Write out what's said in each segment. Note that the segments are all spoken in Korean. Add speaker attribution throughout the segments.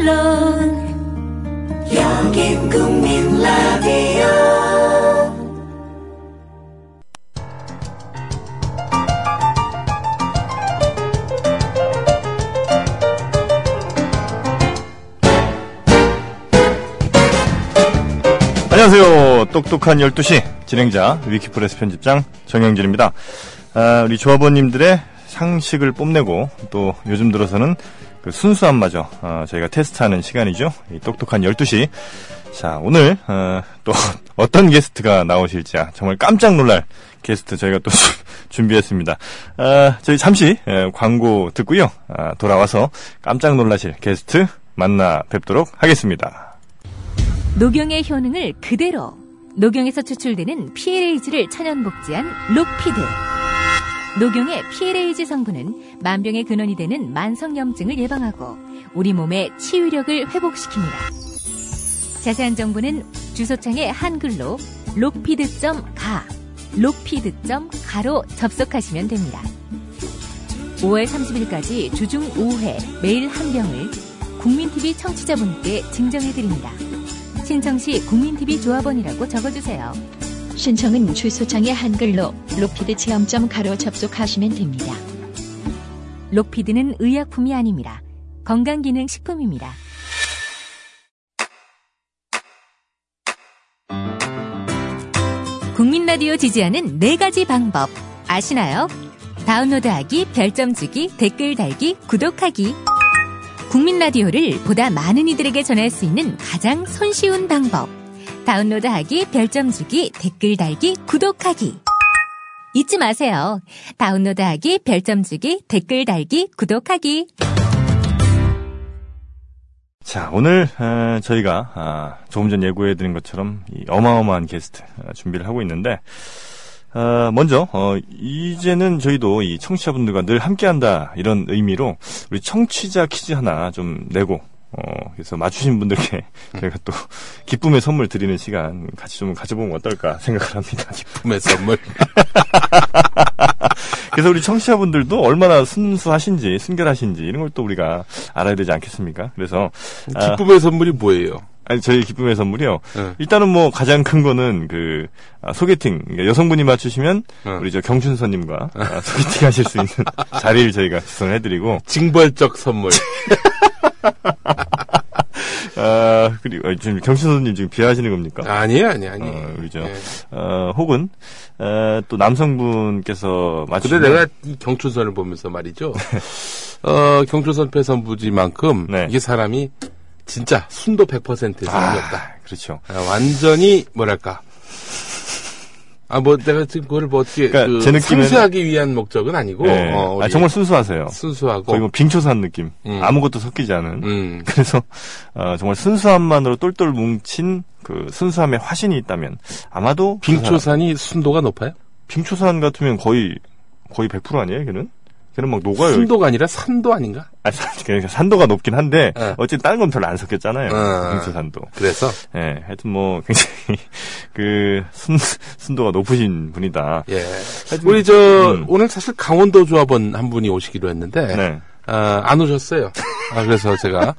Speaker 1: 물론 여긴 국민 라디오
Speaker 2: 안녕하세요. 똑똑한 12시 진행자 위키프레스 편집장 정영진입니다. 아, 우리 조합원님들의 상식을 뽐내고 또 요즘 들어서는 그 순수함마저 어, 저희가 테스트하는 시간이죠. 이 똑똑한 12시. 자, 오늘 어, 또 어떤 게스트가 나오실지 아, 정말 깜짝 놀랄 게스트 저희가 또 준비했습니다. 아, 저희 잠시 예, 광고 듣고요. 아, 돌아와서 깜짝 놀라실 게스트 만나 뵙도록 하겠습니다.
Speaker 3: 녹용의 효능을 그대로 녹용에서 추출되는 PLAG를 천연 복제한 록피드 녹용의 PLAG 성분은 만병의 근원이 되는 만성염증을 예방하고 우리 몸의 치유력을 회복시킵니다. 자세한 정보는 주소창에 한글로 록피드.가 록피드.가로 접속하시면 됩니다. 5월 30일까지 주중 5회 매일 한 병을 국민TV 청취자분께 증정해드립니다. 신청 시 국민TV 조합원이라고 적어주세요.
Speaker 4: 신청은 주소창에 한글로 로피드 체험점 가로 접속하시면 됩니다.
Speaker 3: 록피드는 의약품이 아닙니다. 건강기능식품입니다. 국민라디오 지지하는 네 가지 방법 아시나요? 다운로드하기, 별점 주기, 댓글 달기, 구독하기. 국민라디오를 보다 많은 이들에게 전할 수 있는 가장 손쉬운 방법. 다운로드하기, 별점 주기, 댓글 달기, 구독하기. 잊지 마세요. 다운로드하기, 별점 주기, 댓글 달기, 구독하기.
Speaker 2: 자, 오늘 어, 저희가 아, 조금 전 예고해드린 것처럼 이 어마어마한 게스트 어, 준비를 하고 있는데 어, 먼저 어, 이제는 저희도 이 청취자분들과 늘 함께한다 이런 의미로 우리 청취자 퀴즈 하나 좀 내고 어, 그래서 맞추신 분들께
Speaker 5: 음.
Speaker 2: 저희가 또 기쁨의 선물 드리는 시간 같이 좀 가져보면 어떨까 생각을 합니다.
Speaker 5: 품의 선물.
Speaker 2: 그래서 우리 청취자분들도 얼마나 순수하신지 순결하신지 이런 걸 또 우리가 알아야 되지 않겠습니까? 그래서 아,
Speaker 5: 기쁨의 선물이 뭐예요?
Speaker 2: 아니 저희 기쁨의 선물이요.
Speaker 5: 예.
Speaker 2: 일단은 뭐 가장 큰 거는 그 아, 소개팅 그러니까 여성분이 맞추시면
Speaker 5: 예.
Speaker 2: 우리 저 경춘선님과 아, 소개팅 하실 수 있는 자리를 저희가 구성해드리고
Speaker 5: 징벌적 선물.
Speaker 2: 아 그리고 아니, 지금 경춘선님 지금 비하하시는 겁니까?
Speaker 5: 아니에요, 아니, 아니.
Speaker 2: 어, 그죠.
Speaker 5: 예.
Speaker 2: 어, 혹은 어, 또 남성분께서
Speaker 5: 근데
Speaker 2: 맞추시면
Speaker 5: 내가 이 경춘선을 보면서 말이죠. 어, 경춘선 패선부지만큼
Speaker 2: 네.
Speaker 5: 이게 사람이 진짜 순도 100%의 사람이 없다.
Speaker 2: 아, 그렇죠.
Speaker 5: 아, 완전히 뭐랄까. 아, 뭐 내가 지금 그걸 뭐 어떻게
Speaker 2: 그러니까
Speaker 5: 그
Speaker 2: 제 느낌에는-
Speaker 5: 상쇄하기 위한 목적은 아니고
Speaker 2: 예.
Speaker 5: 어, 우리
Speaker 2: 아, 정말 순수하세요.
Speaker 5: 순수하고
Speaker 2: 거의 뭐 빙초산 느낌.
Speaker 5: 음.
Speaker 2: 아무것도 섞이지 않은.
Speaker 5: 음.
Speaker 2: 그래서 어, 정말 순수함만으로 똘똘 뭉친 그 순수함의 화신이 있다면 아마도 그 사람-
Speaker 5: 빙초산이 순도가 높아요?
Speaker 2: 빙초산 같으면 거의 거의 100% 아니에요, 걔는? 걔는 막 녹아요.
Speaker 5: 순도가 아니라 산도 아닌가?
Speaker 2: 아, 산, 그러니까 산도가 높긴 한데
Speaker 5: 예.
Speaker 2: 어쨌든 다른 건 별로 안 섞였잖아요.
Speaker 5: 예.
Speaker 2: 빙초산도.
Speaker 5: 그래서
Speaker 2: 예, 하여튼 뭐 굉장히 그 순, 순도가 높으신 분이다.
Speaker 5: 예. 우리 저
Speaker 2: 음.
Speaker 5: 오늘 사실 강원도 조합원 한 분이 오시기로 했는데
Speaker 2: 네.
Speaker 5: 아, 안 오셨어요. 아, 그래서 제가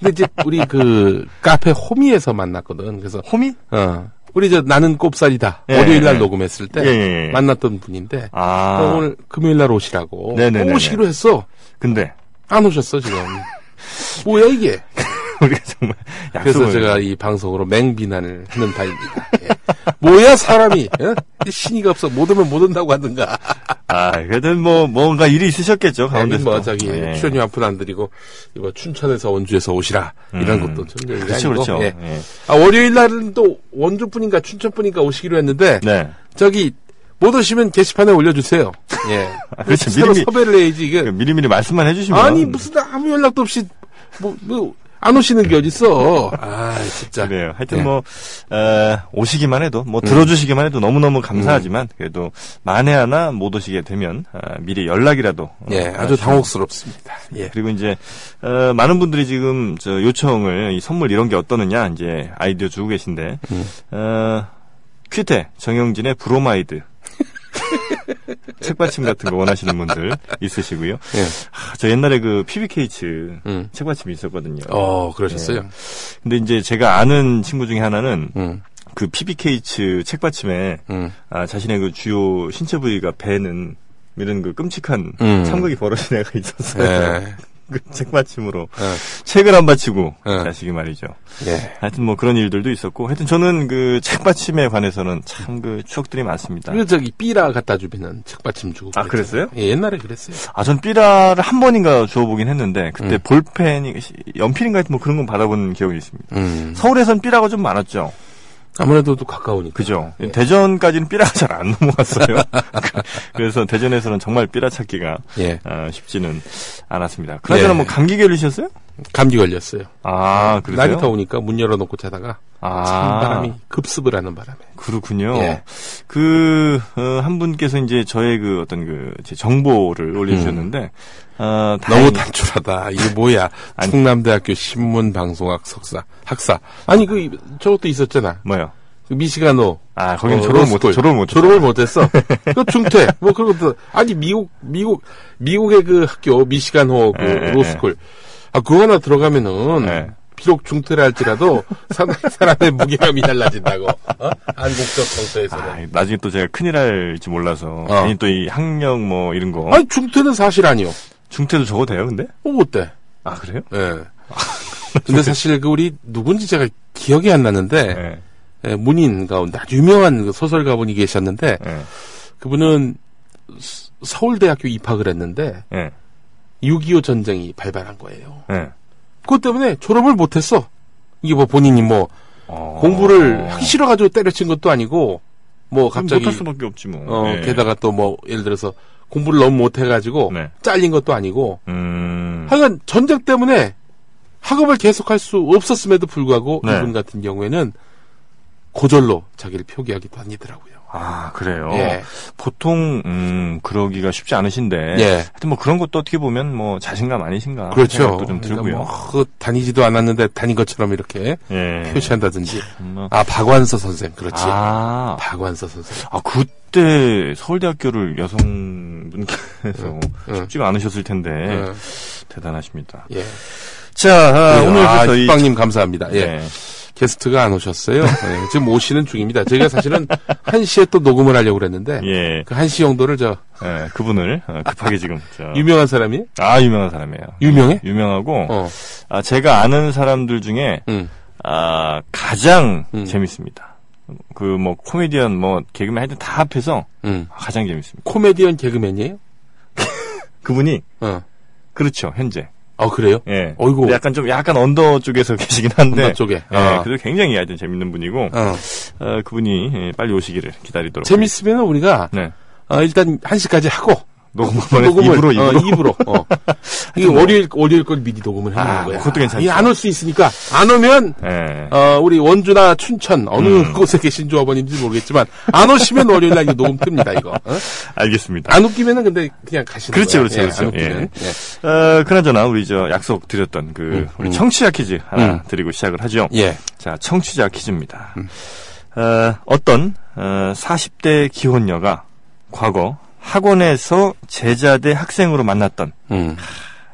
Speaker 5: 근데 이제 우리 그 카페 호미에서 만났거든. 그래서
Speaker 2: 호미?
Speaker 5: 어, 우리 저 나는 꼽살이다
Speaker 2: 예,
Speaker 5: 월요일 날
Speaker 2: 예.
Speaker 5: 녹음했을 때
Speaker 2: 예, 예, 예.
Speaker 5: 만났던 분인데
Speaker 2: 아,
Speaker 5: 그럼 오늘 금요일 날 오시라고
Speaker 2: 네네네네.
Speaker 5: 오시기로 했어.
Speaker 2: 근데
Speaker 5: 안 오셨어 지금. 뭐야 이게?
Speaker 2: 우리가 정말
Speaker 5: 그래서
Speaker 2: 약속을
Speaker 5: 제가 이 방송으로 맹비난을 하는 바입니다. 예. 뭐야 사람이? 어? 신의가 없어. 못 오면 못 온다고 하든가.
Speaker 2: 아, 그래도 뭐 뭔가 일이 있으셨겠죠
Speaker 5: 아니,
Speaker 2: 가운데서.
Speaker 5: 뭐, 저기,
Speaker 2: 예.
Speaker 5: 출연료 앞은 안 드리고, 이거 춘천에서 원주에서 오시라. 이런
Speaker 2: 음.
Speaker 5: 것도 좀 얘기가
Speaker 2: 그렇죠,
Speaker 5: 아니고.
Speaker 2: 그렇죠.
Speaker 5: 예.
Speaker 2: 예.
Speaker 5: 아, 월요일 날은 또 원주뿐인가 춘천뿐인가 오시기로 했는데,
Speaker 2: 네.
Speaker 5: 저기, 못 오시면 게시판에 올려주세요. 예.
Speaker 2: 아, 그렇죠.
Speaker 5: 서로
Speaker 2: 미리미리-
Speaker 5: 섭외를 해야지, 이게.
Speaker 2: 그러니까 미리미리 말씀만 해주시면.
Speaker 5: 아니, 무슨 아무 연락도 없이, 뭐, 뭐, 안 오시는 게 어딨어. 아, 진짜.
Speaker 2: 그래요. 하여튼
Speaker 5: 예. 음.
Speaker 2: 뭐 어, 오시기만 해도 뭐 들어주시기만 해도 너무 너무 감사하지만 그래도 만에 하나 못 오시게 되면 아, 미리 연락이라도. 어,
Speaker 5: 예, 아주 당혹스럽습니다. 예.
Speaker 2: 그리고 이제 어, 많은 분들이 지금 저 요청을 이 선물 이런 게 어떠느냐 이제 아이디어 주고
Speaker 5: 음.
Speaker 2: 계신데 어, 퀴테 정영진의 브로마이드 책받침 같은 거 원하시는 분들 있으시고요.
Speaker 5: 예.
Speaker 2: 아, 저 옛날에 그 PBK츠
Speaker 5: 음.
Speaker 2: 책받침이 있었거든요.
Speaker 5: 어, 그러셨어요.
Speaker 2: 예. 근데 이제 제가 아는 친구 중에 하나는
Speaker 5: 음,
Speaker 2: 그 PBK츠 책받침에
Speaker 5: 음.
Speaker 2: 아, 자신의 그 주요 신체 부위가 배는 이런 그 끔찍한
Speaker 5: 음.
Speaker 2: 참극이 벌어진 애가 있었어요.
Speaker 5: 예.
Speaker 2: 네, 그 책받침으로
Speaker 5: 예.
Speaker 2: 책을 안 받치고
Speaker 5: 예.
Speaker 2: 자식이 말이죠.
Speaker 5: 예.
Speaker 2: 하여튼 뭐 그런 일들도 있었고 하여튼 저는 그 책받침에 관해서는 참 그 추억들이 많습니다.
Speaker 5: 그리고 저기 삐라 갖다 주면은 책받침 주고.
Speaker 2: 아,
Speaker 5: 그랬잖아요. 예, 옛날에 그랬어요.
Speaker 2: 아, 전 삐라를 한 번인가 주워보긴 했는데 그때 볼펜이 연필인가 하여튼 뭐 그런 건 받아본 기억이 있습니다.
Speaker 5: 음.
Speaker 2: 서울에선 삐라가 좀 많았죠.
Speaker 5: 아무래도 또 가까우니까.
Speaker 2: 그죠. 대전까지는 삐라가 잘 안 넘어갔어요. 그래서 대전에서는 정말 삐라 찾기가
Speaker 5: 예.
Speaker 2: 아, 쉽지는 않았습니다. 그나저나
Speaker 5: 예.
Speaker 2: 뭐 감기 걸리셨어요?
Speaker 5: 감기 걸렸어요.
Speaker 2: 아, 그러세요?
Speaker 5: 날이 더우니까 문 열어놓고 자다가
Speaker 2: 아,
Speaker 5: 찬 바람이 급습을 하는 바람에.
Speaker 2: 그렇군요.
Speaker 5: 예.
Speaker 2: 그, 어, 한 분께서 이제 저의 그 어떤 그, 제 정보를 올려주셨는데, 어,
Speaker 5: 음. 너무
Speaker 2: 다행히-
Speaker 5: 단출하다. 이게 뭐야?
Speaker 2: 아니.
Speaker 5: 충남대학교 신문방송학 석사 학사. 아니 그 저것도 있었잖아.
Speaker 2: 뭐요?
Speaker 5: 그 미시가노.
Speaker 2: 아, 거기는
Speaker 5: 어,
Speaker 2: 졸업을 못,
Speaker 5: 로스쿨.
Speaker 2: 졸업을 못.
Speaker 5: 졸업을 못했어. 그 중퇴. 뭐 그런 것도 아니 미국 미국 미국의 그 학교 미시간호 그
Speaker 2: 예, 예,
Speaker 5: 로스쿨. 아 그거 하나 들어가면은
Speaker 2: 예.
Speaker 5: 비록 중퇴를 할지라도 사람- 사람의 무게감이 달라진다고. 어? 한국적 정서에서는.
Speaker 2: 아, 나중에 또 제가 큰일 할지 몰라서,
Speaker 5: 어.
Speaker 2: 괜히 또 이 학력 뭐 이런 거.
Speaker 5: 아니 중퇴는 사실 아니요.
Speaker 2: 중퇴도 적어도 돼요, 근데?
Speaker 5: 어 어때?
Speaker 2: 아, 그래요?
Speaker 5: 예. 근데 사실 그 우리 누군지 제가 기억이 안 나는데
Speaker 2: 예.
Speaker 5: 예, 문인 가운데 아주 유명한 그 소설가 분이 계셨는데
Speaker 2: 예.
Speaker 5: 그분은 스- 서울대학교 입학을 했는데
Speaker 2: 예.
Speaker 5: 6.25 전쟁이 발발한 거예요.
Speaker 2: 예.
Speaker 5: 그것 때문에 졸업을 못했어. 이게 뭐 본인이 뭐
Speaker 2: 어.
Speaker 5: 공부를 하기 싫어가지고 때려친 것도 아니고 뭐
Speaker 2: 그럼
Speaker 5: 갑자기
Speaker 2: 못할 수밖에 없지 뭐.
Speaker 5: 어
Speaker 2: 예.
Speaker 5: 게다가 또 뭐 예를 들어서 공부를 너무 못해가지고
Speaker 2: 네.
Speaker 5: 잘린 것도 아니고
Speaker 2: 음.
Speaker 5: 하여간 전쟁 때문에 학업을 계속할 수 없었음에도 불구하고
Speaker 2: 네.
Speaker 5: 이분 같은 경우에는 고절로 자기를 표기하기도 하더라고요.
Speaker 2: 아, 그래요?
Speaker 5: 예.
Speaker 2: 보통, 음, 그러기가 쉽지 않으신데.
Speaker 5: 예.
Speaker 2: 하여튼 뭐 그런 것도 어떻게 보면 뭐 자신감 아니신가.
Speaker 5: 그렇죠.
Speaker 2: 생각도 좀 들고요.
Speaker 5: 그러니까 뭐, 그 다니지도 않았는데 다닌 것처럼 이렇게
Speaker 2: 예.
Speaker 5: 표시한다든지.
Speaker 2: 정말.
Speaker 5: 아 박완서 선생 그렇지.
Speaker 2: 아,
Speaker 5: 박완서 선생.
Speaker 2: 아, 그때 서울대학교를 여성분께서
Speaker 5: 응.
Speaker 2: 쉽지가 않으셨을 텐데.
Speaker 5: 예.
Speaker 2: 대단하십니다.
Speaker 5: 예.
Speaker 2: 자, 네. 아, 오늘
Speaker 5: 아,
Speaker 2: 그래서 이.
Speaker 5: 식빵님 감사합니다. 예.
Speaker 2: 네.
Speaker 5: 게스트가 안 오셨어요. 예, 지금 오시는 중입니다. 제가 사실은 1시에 또 녹음을 하려고 그랬는데
Speaker 2: 예.
Speaker 5: 그 1시 정도를 저
Speaker 2: 예, 그분을 어, 급하게 지금. 저-
Speaker 5: 유명한 사람이
Speaker 2: 아, 유명한 사람이에요.
Speaker 5: 유명해?
Speaker 2: 유명하고,
Speaker 5: 어.
Speaker 2: 아, 제가 아는 사람들 중에
Speaker 5: 음.
Speaker 2: 아, 가장
Speaker 5: 음.
Speaker 2: 재밌습니다. 그 뭐 코미디언 뭐 개그맨 하여튼 다 합해서
Speaker 5: 음.
Speaker 2: 가장 재밌습니다.
Speaker 5: 코미디언 개그맨이에요?
Speaker 2: 그분이
Speaker 5: 어.
Speaker 2: 그렇죠 현재.
Speaker 5: 아 그래요?
Speaker 2: 예.
Speaker 5: 어이구.
Speaker 2: 약간 좀 약간 언더 쪽에서 계시긴 한데.
Speaker 5: 언더 쪽에.
Speaker 2: 예.
Speaker 5: 아.
Speaker 2: 그래도 굉장히 하여튼 재밌는 분이고
Speaker 5: 어.
Speaker 2: 어, 그분이 예, 빨리 오시기를 기다리도록.
Speaker 5: 재밌으면 우리가
Speaker 2: 네.
Speaker 5: 어, 일단 1 시까지 하고
Speaker 2: 녹음 한번 해서 입으로 입으로. 뭐.
Speaker 5: 어, 입으로. 어. 이게 월요일 월요일 걸 미리 녹음을 해놓는
Speaker 2: 아,
Speaker 5: 거야.
Speaker 2: 그것도 괜찮죠.
Speaker 5: 안올 수 있으니까 안 오면
Speaker 2: 예.
Speaker 5: 어, 우리 원주나 춘천 어느
Speaker 2: 음.
Speaker 5: 곳에 계신 조합원인지 모르겠지만 안 오시면 월요일 날 이거 녹음 틉니다 이거. 어?
Speaker 2: 알겠습니다.
Speaker 5: 안 웃기면은 근데 그냥 가시는
Speaker 2: 그렇죠,
Speaker 5: 거야.
Speaker 2: 그렇죠,
Speaker 5: 안
Speaker 2: 그렇죠.
Speaker 5: 웃기면. 예.
Speaker 2: 어, 그나저나 우리 저 약속 드렸던 그
Speaker 5: 음,
Speaker 2: 우리
Speaker 5: 음.
Speaker 2: 청취자 퀴즈 하나
Speaker 5: 음.
Speaker 2: 드리고 시작을 하죠.
Speaker 5: 예.
Speaker 2: 자, 청취자 퀴즈입니다. 어, 어떤 어, 40대 기혼녀가 과거 학원에서 제자대 학생으로 만났던
Speaker 5: 음.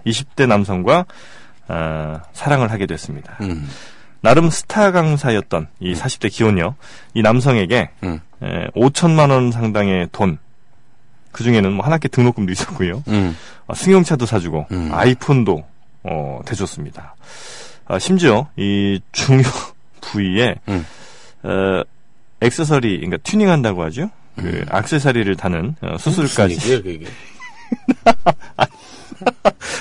Speaker 2: 20대 남성과 어, 사랑을 하게 됐습니다.
Speaker 5: 음.
Speaker 2: 나름 스타 강사였던 이 40대 기혼녀, 이 남성에게
Speaker 5: 음.
Speaker 2: 에, 5천만 원 상당의 돈, 그 중에는 뭐 한 학기 등록금도 있었고요.
Speaker 5: 음.
Speaker 2: 어, 승용차도 사주고
Speaker 5: 음.
Speaker 2: 아이폰도 어, 대줬습니다. 아, 심지어 이 중요 부위에
Speaker 5: 음.
Speaker 2: 어, 액세서리, 그러니까 튜닝한다고 하죠. 그 액세서리를 다는 어,
Speaker 5: 음. 무슨
Speaker 2: 수술까지.
Speaker 5: 얘기예요, 그게?
Speaker 2: 아,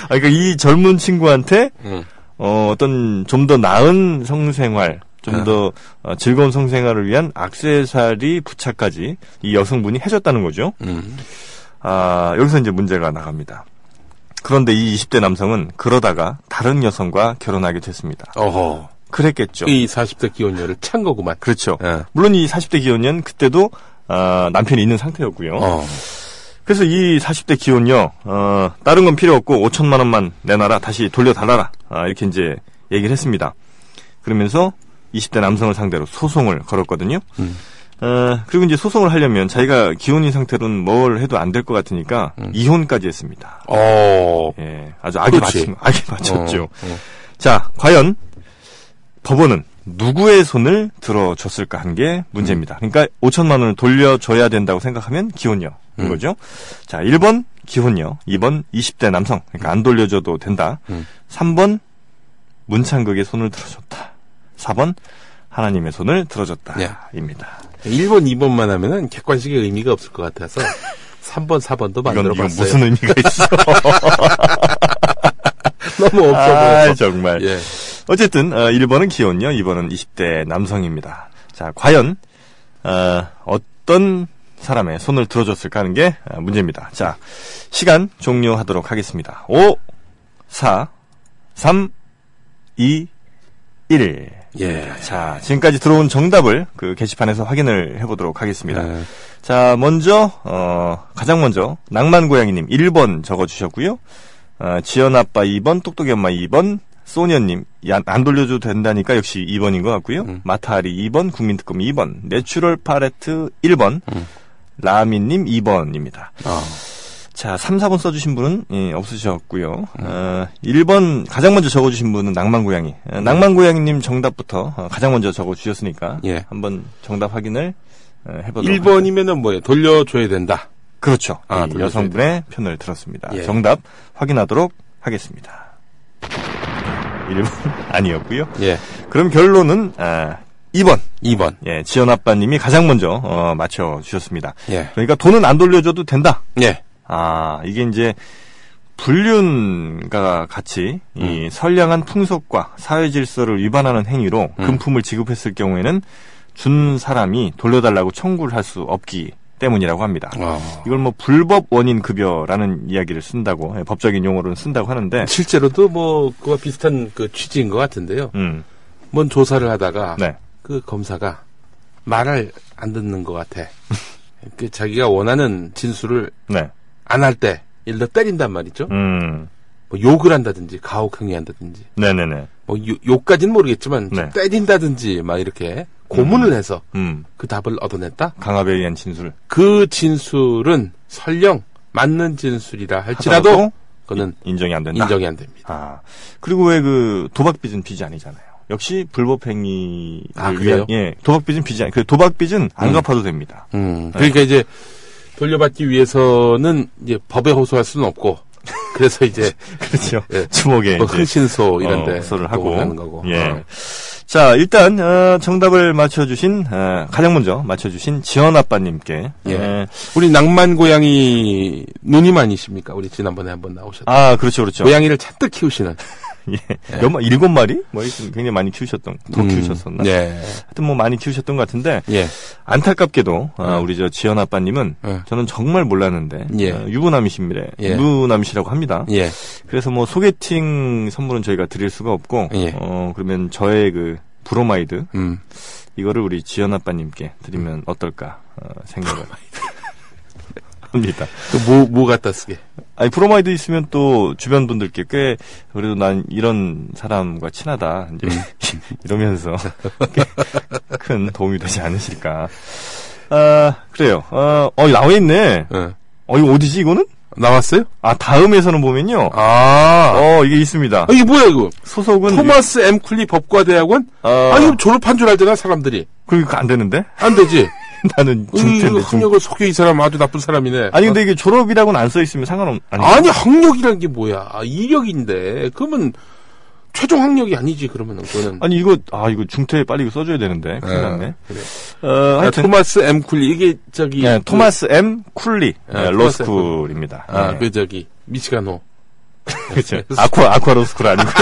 Speaker 2: 그러니까 이 젊은 친구한테
Speaker 5: 음.
Speaker 2: 어, 떤 좀 더 나은 성생활,
Speaker 5: 네.
Speaker 2: 좀 더 어, 즐거운 성생활을 위한 액세서리 부착까지 이 여성분이 해줬다는 거죠.
Speaker 5: 음.
Speaker 2: 아, 여기서 이제 문제가 나갑니다. 그런데 이 20대 남성은 그러다가 다른 여성과 결혼하게 됐습니다.
Speaker 5: 어허.
Speaker 2: 그랬겠죠.
Speaker 5: 이 40대 기혼녀를 찬 거구만.
Speaker 2: 그렇죠.
Speaker 5: 예.
Speaker 2: 물론 이 40대 기혼녀는 그때도 아, 남편이 있는 상태였고요.
Speaker 5: 어.
Speaker 2: 그래서 이 40대 기혼녀 어, 다른 건 필요 없고 5천만 원만 내놔라 다시 돌려달라라 아, 이렇게 이제
Speaker 5: 음.
Speaker 2: 얘기를 했습니다. 그러면서 20대 남성을 상대로 소송을 걸었거든요. 어, 그리고 이제 소송을 하려면 자기가 기혼인 상태로는 뭘 해도 안 될 것 같으니까
Speaker 5: 음.
Speaker 2: 이혼까지 했습니다.
Speaker 5: 어.
Speaker 2: 예, 아주 악에
Speaker 5: 그렇지.
Speaker 2: 맞춘, 악에 맞췄죠.
Speaker 5: 어, 어.
Speaker 2: 자, 과연 법원은 누구의 손을 들어줬을까 한 게 문제입니다. 그러니까 5천만 원을 돌려줘야 된다고 생각하면 기혼녀. 인
Speaker 5: 음.
Speaker 2: 거죠. 자, 1번 기혼녀, 2번 20대 남성. 그러니까 안 돌려줘도 된다.
Speaker 5: 음.
Speaker 2: 3번 문창극의 손을 들어줬다. 4번 하나님의 손을 들어줬다.
Speaker 5: 예.
Speaker 2: 입니다.
Speaker 5: 1번, 2번만 하면은 객관식의 의미가 없을 것 같아서 3번, 4번도
Speaker 2: 이건,
Speaker 5: 만들어
Speaker 2: 이건
Speaker 5: 봤어요.
Speaker 2: 무슨 의미가 있어?
Speaker 5: 너무 없어
Speaker 2: 아,
Speaker 5: 보여서.
Speaker 2: 정말.
Speaker 5: 예.
Speaker 2: 어쨌든 어, 1번은 기혼녀, 2번은 20대 남성입니다. 자, 과연 어, 어떤 사람의 손을 들어줬을까 하는 게 어, 문제입니다. 자, 시간 종료하도록 하겠습니다. 5, 4, 3, 2, 1.
Speaker 5: 예.
Speaker 2: 자, 지금까지 들어온 정답을 그 게시판에서 확인을 해보도록 하겠습니다. 어,
Speaker 5: 예.
Speaker 2: 자, 먼저, 어, 가장 먼저, 낭만고양이님 1번 적어주셨고요 어, 지연아빠 2번, 똑똑이 엄마 2번, 소니언님, 야, 안 돌려줘도 된다니까 역시 2번인 것 같고요
Speaker 5: 음.
Speaker 2: 마타리 2번, 국민특검 2번, 내추럴 파레트 1번,
Speaker 5: 음.
Speaker 2: 라미님 2번입니다.
Speaker 5: 어.
Speaker 2: 자, 3, 4번 써주신 분은 예, 없으셨고요. 어, 1번 가장 먼저 적어주신 분은 낭만고양이. 어,
Speaker 5: 네.
Speaker 2: 낭만고양이님 정답부터 어, 가장 먼저 적어주셨으니까
Speaker 5: 예.
Speaker 2: 한번 정답 확인을 어, 해보도록 하겠습니다.
Speaker 5: 1번이면은 뭐예요? 돌려줘야 된다.
Speaker 2: 그렇죠. 이
Speaker 5: 아, 돌려줘야
Speaker 2: 여성분의 편을 들었습니다.
Speaker 5: 예.
Speaker 2: 정답 확인하도록 하겠습니다. 1번 아니었고요.
Speaker 5: 예.
Speaker 2: 그럼 결론은 아, 2번.
Speaker 5: 2번.
Speaker 2: 예, 지연아빠님이 가장 먼저 어, 맞춰주셨습니다.
Speaker 5: 예.
Speaker 2: 그러니까 돈은 안 돌려줘도 된다.
Speaker 5: 예.
Speaker 2: 아, 이게 이제 불륜과 같이
Speaker 5: 음.
Speaker 2: 이 선량한 풍속과 사회 질서를 위반하는 행위로
Speaker 5: 음.
Speaker 2: 금품을 지급했을 경우에는 준 사람이 돌려달라고 청구를 할 수 없기 때문이라고 합니다.
Speaker 5: 어.
Speaker 2: 이걸 뭐 불법 원인 급여라는 이야기를 쓴다고 예, 법적인 용어로는 쓴다고 하는데
Speaker 5: 실제로도 뭐 그와 비슷한 그 취지인 것 같은데요.
Speaker 2: 음.
Speaker 5: 뭔 조사를 하다가
Speaker 2: 네.
Speaker 5: 그 검사가 말을 안 듣는 것 같아. 그 자기가 원하는 진술을
Speaker 2: 네.
Speaker 5: 안 할 때, 예를 들어 때린단 말이죠.
Speaker 2: 음.
Speaker 5: 뭐 욕을 한다든지, 가혹행위한다든지,
Speaker 2: 네, 네, 네.
Speaker 5: 뭐 요- 욕까지는 모르겠지만 좀
Speaker 2: 네.
Speaker 5: 때린다든지 막 이렇게 고문을 해서
Speaker 2: 음.
Speaker 5: 그 답을 얻어냈다.
Speaker 2: 강압에 의한 진술.
Speaker 5: 그 진술은 설령 맞는 진술이라 할지라도
Speaker 2: 하더라도
Speaker 5: 그거는
Speaker 2: 인정이 안 된다.
Speaker 5: 인정이 안 됩니다.
Speaker 2: 아 그리고 왜 그 도박빚은 빚이 아니잖아요. 역시 불법행위
Speaker 5: 아,
Speaker 2: 위한
Speaker 5: 그래요?
Speaker 2: 예 도박빚은 빚이 아니 그 도박빚은 안
Speaker 5: 음.
Speaker 2: 갚아도 됩니다.
Speaker 5: 음, 그러니까 이제 돌려받기 위해서는 이제 법에 호소할 수는 없고 그래서 이제
Speaker 2: 그렇죠.
Speaker 5: 예.
Speaker 2: 주목에
Speaker 5: 뭐
Speaker 2: 이제
Speaker 5: 흥신소
Speaker 2: 어,
Speaker 5: 이런데
Speaker 2: 호소를 하고.
Speaker 5: 하는 거고.
Speaker 2: 예.
Speaker 5: 어.
Speaker 2: 자 일단 어, 정답을 맞춰주신 어, 가장 먼저 맞춰주신 지원 아빠님께
Speaker 5: 예.
Speaker 2: 예.
Speaker 5: 우리 낭만 고양이 누님 아니십니까? 우리 지난번에 한번 나오셨던
Speaker 2: 아 그렇죠 그렇죠.
Speaker 5: 고양이를 잔뜩 키우시는
Speaker 2: 예. 몇 마- 일곱 마리 뭐 하여튼 굉장히 많이 키우셨던 더
Speaker 5: 음,
Speaker 2: 키우셨었나?
Speaker 5: 예,
Speaker 2: 하여튼 뭐 많이 키우셨던 것 같은데
Speaker 5: 예,
Speaker 2: 안타깝게도 아, 우리 저 지연 아빠님은
Speaker 5: 예.
Speaker 2: 저는 정말 몰랐는데
Speaker 5: 예.
Speaker 2: 어, 유부남이십니다.
Speaker 5: 예.
Speaker 2: 유부남이시라고 합니다.
Speaker 5: 예.
Speaker 2: 그래서 뭐 소개팅 선물은 저희가 드릴 수가 없고
Speaker 5: 예.
Speaker 2: 어 그러면 저의 그 브로마이드
Speaker 5: 음.
Speaker 2: 이거를 우리 지연 아빠님께 드리면 어떨까 어, 생각을 합니다.
Speaker 5: 그뭐뭐 갖다 쓰게?
Speaker 2: 아니 브로마이드 있으면 또 주변 분들께 꽤 그래도 난 이런 사람과 친하다 이제
Speaker 5: 음.
Speaker 2: 이러면서 꽤큰 도움이 되지 않으실까. 아 그래요. 어, 어 나와 있네.
Speaker 5: 예.
Speaker 2: 어 이거 어디지 이거는?
Speaker 5: 나왔어요?
Speaker 2: 아 다음에서는 보면요.
Speaker 5: 아.
Speaker 2: 어 이게 있습니다.
Speaker 5: 아, 이게 뭐야 이거?
Speaker 2: 소속은
Speaker 5: 토마스 엠 쿨리 법과대학원?
Speaker 2: 음. 아,
Speaker 5: 아, 이거 졸업한 줄 알잖아 사람들이.
Speaker 2: 그러니까 안 되는데?
Speaker 5: 안 되지.
Speaker 2: 나는
Speaker 5: 이
Speaker 2: 중퇴인데 중...
Speaker 5: 학력을 속여 이 사람 아주 나쁜 사람이네. 어?
Speaker 2: 아니 근데 이게 졸업이라고는 안 써 있으면 상관없 아니,
Speaker 5: 아니 학력이란 게 뭐야? 아, 이력인데 그러면 최종 학력이 아니지 그러면 그거는.
Speaker 2: 아니 이거 아 이거 중퇴 빨리 이거 써줘야 되는데 큰일
Speaker 5: 예,
Speaker 2: 났네.
Speaker 5: 그래.
Speaker 2: 어
Speaker 5: 아,
Speaker 2: 하여튼
Speaker 5: 토마스 엠 쿨리 이게 저기
Speaker 2: 예,
Speaker 5: 그-
Speaker 2: 토마스 M 쿨리
Speaker 5: 예,
Speaker 2: 예,
Speaker 5: 토마스 M.
Speaker 2: 로스쿨입니다.
Speaker 5: 아,
Speaker 2: 예.
Speaker 5: 그 저기 미치간호.
Speaker 2: 그렇죠. 아쿠아 아쿠아 로스쿨 아니고요.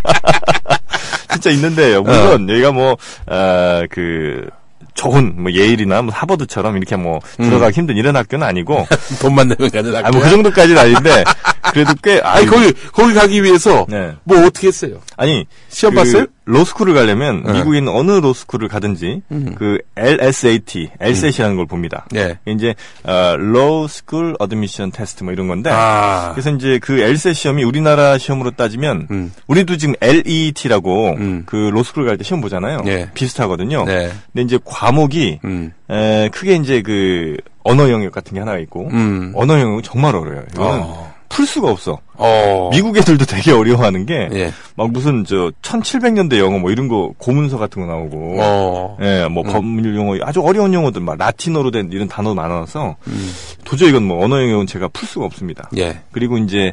Speaker 2: 진짜 있는데요. 물론
Speaker 5: 어.
Speaker 2: 여기가 뭐, 아, 뭐그 좋은 뭐 예일이나 뭐 하버드처럼 이렇게 뭐그 들어가기 힘든 이런 학교는 아니고 뭐
Speaker 5: 돈만 내면 가는 음. 학교.
Speaker 2: 아뭐그 정도까지는 아닌데 그래도 꽤
Speaker 5: 아니,
Speaker 2: 아이고.
Speaker 5: 거기, 거기 가기 위해서,
Speaker 2: 네.
Speaker 5: 뭐 어떻게 했어요?
Speaker 2: 아니 그
Speaker 5: 시험 봤어요?
Speaker 2: 로스쿨을 가려면
Speaker 5: 네. 음.
Speaker 2: 미국인 어느 로스쿨을 가든지 그 LSAT, LSAT라는 걸 봅니다.
Speaker 5: 네.
Speaker 2: 이제 어, Law School Admission Test 뭐 이런 건데
Speaker 5: 아.
Speaker 2: 그래서 이제 그 LSAT 시험이 우리나라 시험으로 따지면
Speaker 5: 음.
Speaker 2: 우리도 지금 LET라고
Speaker 5: 음.
Speaker 2: 그 로스쿨 갈 때 시험 보잖아요.
Speaker 5: 예.
Speaker 2: 비슷하거든요.
Speaker 5: 네.
Speaker 2: 근데 이제 과목이
Speaker 5: 음.
Speaker 2: 에, 크게 이제 그 언어 영역 같은 게 하나 있고
Speaker 5: 음.
Speaker 2: 언어 영역은 정말 어려워요. 이거는
Speaker 5: 어.
Speaker 2: 풀 수가 없어.
Speaker 5: 어.
Speaker 2: 미국 애들도 되게 어려워하는 게 막
Speaker 5: 예.
Speaker 2: 무슨 저 1700년대 영어 뭐 이런 거 고문서 같은 거 나오고
Speaker 5: 어.
Speaker 2: 예, 뭐 법률 용어 아주 어려운 용어들 막 라틴어로 된 이런 단어 많아서
Speaker 5: 음.
Speaker 2: 도저히 이건 뭐 언어 영역은 제가 풀 수가 없습니다.
Speaker 5: 예.
Speaker 2: 그리고 이제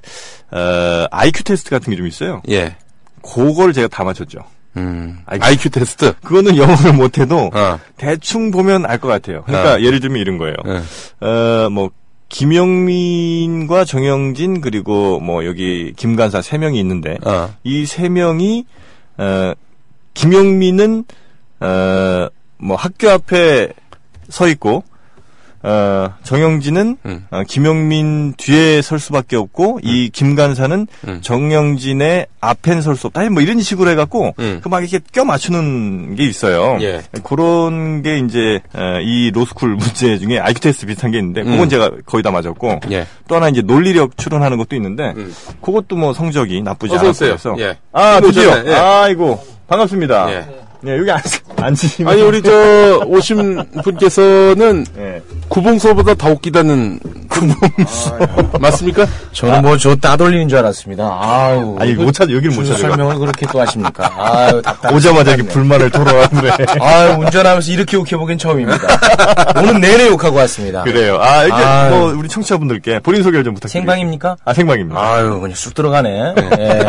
Speaker 2: 어, IQ 테스트 같은 게 좀 있어요.
Speaker 5: 예.
Speaker 2: 그거를 제가 다 맞췄죠.
Speaker 5: 음.
Speaker 2: 아이-
Speaker 5: IQ 테스트.
Speaker 2: 그거는 영어를 못해도
Speaker 5: 어.
Speaker 2: 대충 보면 알 것 같아요. 그러니까 예를 들면 이런 거예요.
Speaker 5: 예.
Speaker 2: 어, 뭐, 김영민과 정영진, 그리고 뭐, 여기 김간사 세 명이 있는데,
Speaker 5: 어.
Speaker 2: 이 세 명이, 어, 김영민은, 어, 뭐, 학교 앞에 서 있고, 어, 정영진은,
Speaker 5: 음.
Speaker 2: 어, 김영민 뒤에 설 수밖에 없고, 이 김간사는
Speaker 5: 음.
Speaker 2: 정영진의 앞엔 설 수 없다. 아니, 뭐, 이런 식으로 해갖고,
Speaker 5: 음.
Speaker 2: 그 막 이렇게 껴 맞추는 게 있어요.
Speaker 5: 예.
Speaker 2: 그런 게 이제 어, 이 로스쿨 문제 중에 IQ 테스트 비슷한 게 있는데 그건
Speaker 5: 음.
Speaker 2: 제가 거의 다 맞았고
Speaker 5: 예.
Speaker 2: 또 하나 이제 논리력 추론하는 것도 있는데
Speaker 5: 음.
Speaker 2: 그것도 뭐 성적이 나쁘지
Speaker 5: 어서
Speaker 2: 않았고
Speaker 5: 오세요.
Speaker 2: 그래서
Speaker 5: 예.
Speaker 2: 아 드디어
Speaker 5: 오셨네. 예.
Speaker 2: 아이고 반갑습니다.
Speaker 5: 예.
Speaker 2: 예. 여기 앉, 앉으시면
Speaker 5: 아니, 우리 저, 오신 분께서는
Speaker 2: 예.
Speaker 5: 구봉서보다 더 웃기다는. 구봉서. 맞습니까?
Speaker 6: 저는 뭐 저 따돌리는 줄 알았습니다. 아우.
Speaker 2: 아니 못 찾아 여기를 못
Speaker 6: 무슨
Speaker 2: 찾아
Speaker 6: 설명을 그렇게 또 하십니까? 아유, 답답해.
Speaker 2: 오자마자 이렇게 불만을 토로하는데
Speaker 6: 아유, 운전하면서 이렇게 욕해보긴 처음입니다. 오늘 내내 욕하고 왔습니다.
Speaker 2: 그래요. 아 이게
Speaker 6: 아유.
Speaker 2: 뭐 우리 청취자분들께 본인 소개를 좀 부탁드립니다.
Speaker 6: 생방입니까?
Speaker 2: 아 생방입니다.
Speaker 6: 아유, 그냥 쑥 들어가네. 예.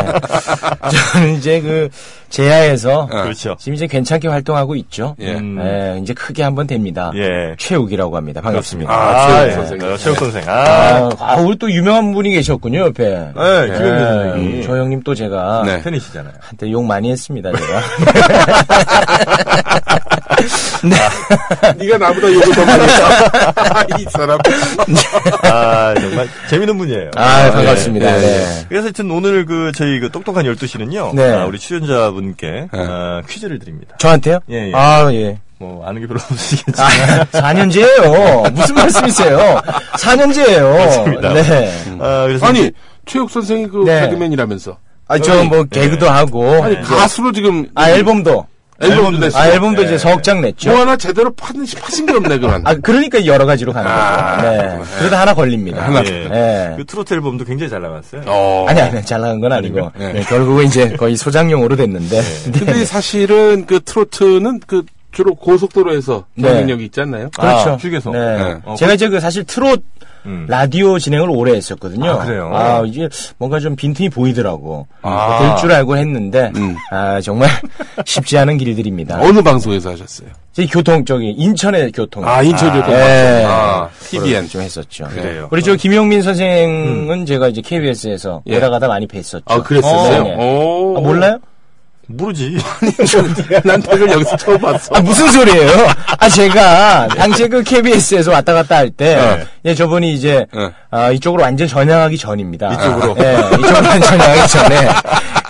Speaker 6: 저는 이제 그, 제야에서.
Speaker 2: 그렇죠.
Speaker 6: 지금 이제 괜찮게 활동하고 있죠.
Speaker 5: 예.
Speaker 2: 음.
Speaker 6: 예, 이제 크게 한번 됩니다.
Speaker 2: 예.
Speaker 6: 최욱이라고 합니다. 반갑습니다.
Speaker 5: 아, 최욱
Speaker 2: 예.
Speaker 5: 선생님.
Speaker 2: 어, 최욱 선생.
Speaker 6: 아, 네.
Speaker 2: 아,
Speaker 6: 아, 우리 또 유명한 분이 계셨군요, 옆에. 음,
Speaker 2: 예, 김영민 선생님.
Speaker 6: 저 형님 또 제가.
Speaker 5: 네.
Speaker 2: 팬이시잖아요.
Speaker 6: 한때 욕 많이 했습니다, 제가.
Speaker 5: 네가 나보다 욕을 더 많이 했다. 이 사람. 네.
Speaker 2: 아, 정말 재밌는 분이에요.
Speaker 6: 아, 반갑습니다.
Speaker 5: 예, 예, 예.
Speaker 6: 네.
Speaker 2: 그래서 하여튼 오늘 그 저희 그 똑똑한 12시는요. 아,
Speaker 6: 네.
Speaker 2: 우리 출연자분께 아, 퀴즈를 드립니다.
Speaker 6: 저한테요?
Speaker 2: 예, 예.
Speaker 6: 아, 예.
Speaker 2: 뭐 아는 게 별로 없으시겠지만
Speaker 6: 아, 4년제예요. 무슨 말씀이세요? 4년제예요.
Speaker 2: 맞습니다.
Speaker 6: 네.
Speaker 2: 아, 그래서
Speaker 5: 아니, 최욱 선생이 그
Speaker 6: 네.
Speaker 5: 개그맨이라면서.
Speaker 6: 아, 저뭐 개그도 하고
Speaker 5: 네. 아니, 가수로 지금.
Speaker 6: 아, 앨범도
Speaker 5: 앨범도 냈어.
Speaker 6: 아, 앨범도
Speaker 5: 예.
Speaker 6: 이제 서극장 냈죠.
Speaker 5: 뭐 하나 제대로 파는, 파신 게 없네, 그만.
Speaker 6: 아, 그러니까 여러 가지로 가는 거죠.
Speaker 5: 아,
Speaker 6: 네. 그러다 하나 걸립니다.
Speaker 5: 하나.
Speaker 2: 예.
Speaker 6: 네.
Speaker 2: 그 트로트 앨범도 굉장히 잘 나왔어요.
Speaker 5: 어.
Speaker 6: 아니, 아니, 잘 나간 건 아니고.
Speaker 5: 예.
Speaker 6: 네, 결국은 이제 거의 소장용으로 됐는데. 네.
Speaker 5: 근데 사실은 그 트로트는 그 주로 고속도로에서
Speaker 6: 네.
Speaker 5: 경쟁력이 있지 않나요?
Speaker 6: 그렇죠.
Speaker 2: 아, 휴게소.
Speaker 6: 네.
Speaker 5: 네.
Speaker 2: 어,
Speaker 6: 제가 이제 그 사실 트롯
Speaker 2: 음.
Speaker 6: 라디오 진행을 오래 했었거든요.
Speaker 2: 아, 그래요?
Speaker 6: 아, 이게 뭔가 좀 빈틈이 보이더라고. 뭐
Speaker 2: 아. 음.
Speaker 6: 될 줄 알고 했는데, 아, 정말 쉽지 않은 길들입니다.
Speaker 5: 어느 방송에서 하셨어요?
Speaker 6: 저희 교통, 저기, 인천의 교통.
Speaker 5: 아, 인천교통.
Speaker 6: 예.
Speaker 5: 아, TVN.
Speaker 6: 좀 했었죠.
Speaker 5: 예.
Speaker 2: 그래요. 음.
Speaker 6: 우리 저 김용민 선생은 제가 이제 KBS에서
Speaker 5: 예.
Speaker 6: 오다 가다 많이 뵀었죠.
Speaker 5: 아, 그랬었어요?
Speaker 6: 네, 네.
Speaker 5: 오.
Speaker 6: 아, 몰라요?
Speaker 2: 모르지.
Speaker 5: 난 닭을 여기서 처음 봤어.
Speaker 6: 아, 무슨 소리예요? 아, 제가 당시에 그 KBS에서 왔다 갔다 할 때,
Speaker 2: 네.
Speaker 6: 예, 저분이 이제
Speaker 5: 네.
Speaker 6: 아, 이쪽으로 완전 전향하기 전입니다.
Speaker 2: 이쪽으로?
Speaker 6: 예, 이쪽으로 완전 전향하기 전에.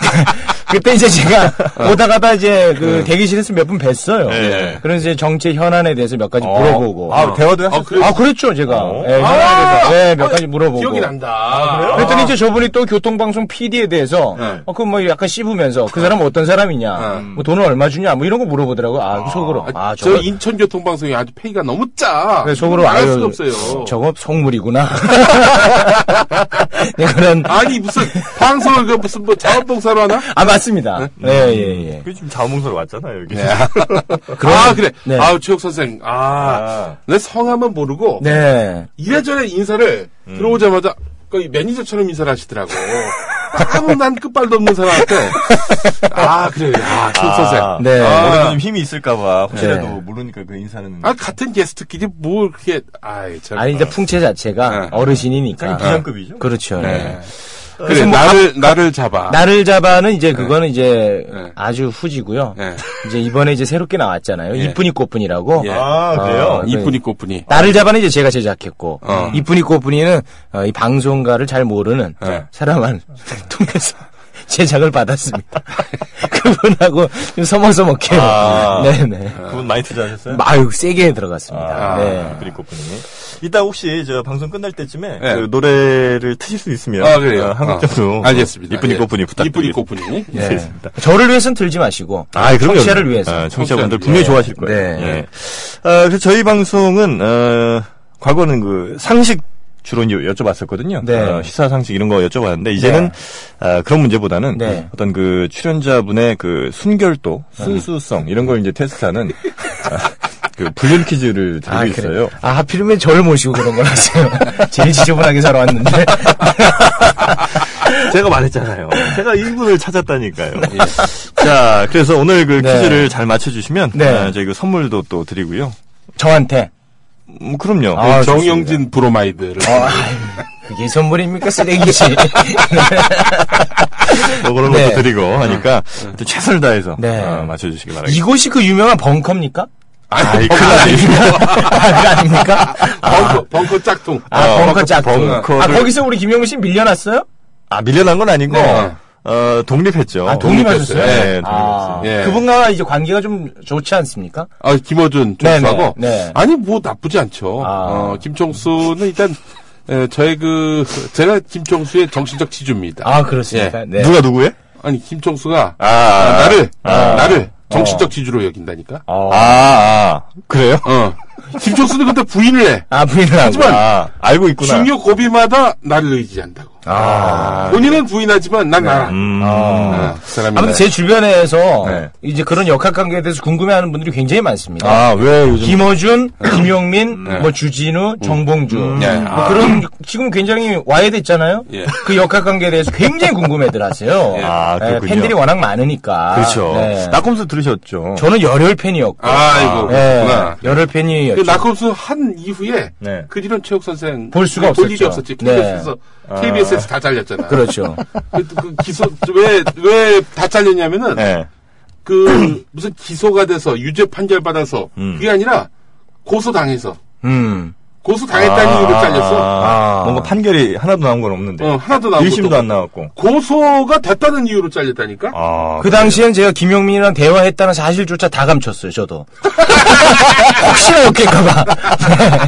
Speaker 6: 그때 이제 제가 오다 가다 이제 그 대기실에서 몇 분 뵀어요.
Speaker 2: 어. 네.
Speaker 6: 그래서 이제 정치 현안에 대해서 몇 가지 물어보고.
Speaker 2: 아, 대화도
Speaker 5: 아,
Speaker 2: 하셨어요? 어. 아!
Speaker 5: 그래.
Speaker 6: 아, 그랬죠, 제가. 예, 현안에 대해서. 예, 몇 가지 물어보고.
Speaker 5: 기억이 난다.
Speaker 6: 그랬더니 이제 저분이 또 교통방송 PD에 대해서
Speaker 5: 네.
Speaker 6: 어, 그뭐 약간 씹으면서 그 사람 은 어떤 사람이냐, 뭐 돈을 얼마 주냐, 뭐 이런 거 물어보더라고. 아, 속으로. 아,
Speaker 5: 저
Speaker 6: 저거,
Speaker 5: 인천교통방송이 아주 페이가 너무 짜.
Speaker 6: 그래, 속으로
Speaker 5: 네, 알
Speaker 6: 아유,
Speaker 5: 수가 없어요.
Speaker 6: 저거 속물이구나. 네, 그런
Speaker 5: 아니, 무슨, 방송을 그 무슨 뭐 자원봉사로 하나?
Speaker 6: 아 맞습니다.
Speaker 5: 네?
Speaker 6: 예예 예. 예.
Speaker 2: 그 지금 자원봉사로 왔잖아요,
Speaker 5: 예.
Speaker 2: 여기.
Speaker 5: 아, 그래.
Speaker 6: 네.
Speaker 5: 아우, 최욱 선생. 아, 내 성함은 모르고.
Speaker 6: 네.
Speaker 5: 이래저래 인사를 들어오자마자 거의 매니저처럼 인사를 하시더라고. 아무 난 끝발도 없는 사람한테. 아, 그래요. 아, 최욱
Speaker 2: 아,
Speaker 5: 선생.
Speaker 6: 네.
Speaker 2: 아, 오늘도 좀 힘이 있을까봐 혹시라도
Speaker 6: 네.
Speaker 2: 모르니까 그 인사는.
Speaker 5: 아, 같은 게스트끼리 뭘 그렇게, 아이, 참.
Speaker 6: 아니 이제 풍채 자체가
Speaker 5: 네.
Speaker 6: 어르신이니까.
Speaker 2: 부장급이죠?
Speaker 6: 그렇죠. 예.
Speaker 5: 그래, 나를, 나를 잡아.
Speaker 6: 나를 잡아는 이제 그거는 이제
Speaker 5: 네.
Speaker 6: 아주 후지고요.
Speaker 5: 예.
Speaker 6: 이제 이번에 이제 새롭게 나왔잖아요.
Speaker 5: 예.
Speaker 6: 이쁜이 꽃분이라고.
Speaker 5: 예.
Speaker 2: 아, 그래요?
Speaker 6: 아,
Speaker 5: 이쁜이 꽃분이.
Speaker 6: 나를 잡아는 이제 제가 제작했고
Speaker 5: 어.
Speaker 6: 이쁜이 꽃분이는 어, 이 방송가를 잘 모르는
Speaker 5: 네.
Speaker 6: 사람을 통해서 제작을 받았습니다. 그분하고 좀 서먹서먹해요.
Speaker 2: 아.
Speaker 6: 네네.
Speaker 2: 그분 많이 투자하셨어요?
Speaker 6: 아유 세게 들어갔습니다.
Speaker 2: 아,
Speaker 6: 네.
Speaker 2: 그리코프님. 이따 혹시 저 방송 끝날 때쯤에
Speaker 5: 네.
Speaker 2: 그 노래를 트실 수 있으면
Speaker 5: 아, 그래요?
Speaker 2: 어,
Speaker 5: 어.
Speaker 2: 한국 정도
Speaker 5: 알겠습니다.
Speaker 2: 이쁜이
Speaker 5: 예.
Speaker 2: 꽃분이
Speaker 5: 이쁜이
Speaker 2: 부탁드립니다.
Speaker 5: 꽃분이.
Speaker 6: 네. 저를 위해서는 들지 마시고
Speaker 2: 아, 그럼요.
Speaker 6: 청취자를 위해서.
Speaker 2: 아, 청취자분들
Speaker 5: 청취자를
Speaker 2: 분명히
Speaker 5: 위해.
Speaker 2: 좋아하실 거예요.
Speaker 6: 네.
Speaker 2: 예. 아, 그래서 저희 방송은 어, 과거는 그 상식 주로 이제 여쭤봤었거든요.
Speaker 6: 네.
Speaker 2: 어, 시사 상식 이런 거 여쭤봤는데 이제는 아, 그런 문제보다는
Speaker 6: 네.
Speaker 2: 어떤 그 출연자분의 그 순결도, 순수성 이런 걸 이제 테스트하는 아, 그 불륜 퀴즈를 들고
Speaker 6: 그래요?
Speaker 2: 있어요.
Speaker 6: 아, 하필이면 저를 모시고 그런 걸 하세요. 제일 지저분하게 살아왔는데.
Speaker 2: 제가 말했잖아요. 제가 이분을 찾았다니까요. 예. 자, 그래서 오늘 그
Speaker 6: 네.
Speaker 2: 퀴즈를 잘 맞춰주시면
Speaker 6: 네.
Speaker 2: 아, 저희 그 선물도 또 드리고요.
Speaker 6: 저한테.
Speaker 2: 음, 그럼요.
Speaker 6: 아,
Speaker 5: 그 정영진 브로마이드를.
Speaker 6: 어, 아유, 그게 선물입니까? 쓰레기지.
Speaker 2: 뭐 그런
Speaker 6: 네.
Speaker 2: 것도 드리고 하니까 하여튼 최선을 다해서
Speaker 6: 네.
Speaker 2: 어, 맞춰주시기 바랍니다.
Speaker 6: 이곳이 그 유명한 벙커입니까?
Speaker 2: 아이, 큰일
Speaker 6: 어,
Speaker 2: 났네.
Speaker 6: 아, 그거 아닙니까?
Speaker 5: 벙커, 벙커 짝퉁.
Speaker 6: 아,
Speaker 2: 어,
Speaker 6: 벙커 짝퉁.
Speaker 2: 벙커를-
Speaker 6: 아, 거기서 우리 김영민 씨 밀려났어요?
Speaker 2: 아, 밀려난 건 아니고
Speaker 5: 네.
Speaker 2: 어, 독립했죠.
Speaker 6: 아, 독립하셨어요?
Speaker 5: 독립했어요.
Speaker 2: 네, 독립했어요.
Speaker 6: 아,
Speaker 5: 예.
Speaker 6: 그분과 이제 관계가 좀 좋지 않습니까?
Speaker 5: 아, 김어준 총수하고.
Speaker 6: 네네, 네.
Speaker 5: 아니, 뭐 나쁘지 않죠.
Speaker 6: 아.
Speaker 5: 어, 김총수는 일단, 에, 저의 그, 제가 김총수의 정신적 지주입니다.
Speaker 6: 아, 그렇습니까?
Speaker 5: 예.
Speaker 6: 네.
Speaker 2: 누가 누구예요?
Speaker 5: 아니, 김총수가,
Speaker 2: 아,
Speaker 5: 아,
Speaker 2: 아,
Speaker 5: 나를, 나를 정신적 지주로 여긴다니까?
Speaker 6: 어.
Speaker 2: 아, 아, 그래요?
Speaker 5: 어. 김총수는 근데 부인을 해.
Speaker 6: 아, 부인을 하고.
Speaker 5: 하지만
Speaker 2: 아, 알고 있구나.
Speaker 5: 중요 고비마다 나를 의지한다고.
Speaker 6: 아.
Speaker 5: 본인은 부인하지만 난 나라.
Speaker 2: 음,
Speaker 5: 아, 그 사람이
Speaker 6: 아무튼
Speaker 5: 나야.
Speaker 6: 제 주변에서
Speaker 2: 네.
Speaker 6: 이제 그런 역학 관계에 대해서 궁금해하는 분들이 굉장히 많습니다.
Speaker 2: 아, 음. 네. 왜 요즘
Speaker 6: 김어준, 김용민, 뭐 주진우,
Speaker 2: 음.
Speaker 6: 정봉주,
Speaker 5: 예.
Speaker 2: 네. 아.
Speaker 6: 뭐 그런 지금 굉장히 와해됐잖아요.
Speaker 5: 예.
Speaker 6: 그 역학 관계에 대해서 굉장히 궁금해들하세요. 네,
Speaker 2: 아, 그렇군요.
Speaker 6: 팬들이 워낙 많으니까.
Speaker 2: 그렇죠.
Speaker 6: 네.
Speaker 2: 나꼼수 들으셨죠.
Speaker 6: 저는 열혈 팬이었고,
Speaker 5: 어. 아이고,
Speaker 6: 예,
Speaker 5: 그렇구나.
Speaker 6: 열혈
Speaker 5: 그
Speaker 6: 팬이었죠.
Speaker 5: 나꼼수 한 이후에
Speaker 2: 네.
Speaker 5: 그 이런 최욱 선생
Speaker 6: 볼 수가
Speaker 5: 볼 일이
Speaker 6: 없었죠. 네. 아.
Speaker 5: 없었지. KBS에서 KBS에서 다 잘렸잖아.
Speaker 6: 그렇죠.
Speaker 5: 그, 그 기소 왜왜 다 잘렸냐면은
Speaker 2: 네.
Speaker 5: 그 무슨 기소가 돼서 유죄 판결 받아서 그게 아니라 고소 당해서
Speaker 6: 음.
Speaker 5: 고소 당했다는 이유로 잘렸어.
Speaker 2: 아,
Speaker 6: 아.
Speaker 2: 뭔가 판결이 하나도 나온 건 없는데.
Speaker 5: 어, 하나도 나온 것도
Speaker 2: 일심도 안 나왔고.
Speaker 5: 고소가 됐다는 이유로 잘렸다니까.
Speaker 2: 아,
Speaker 6: 그 당시엔 제가 김용민이랑 대화했다는 사실조차 다 감췄어요, 저도. 혹시나 욕할까봐.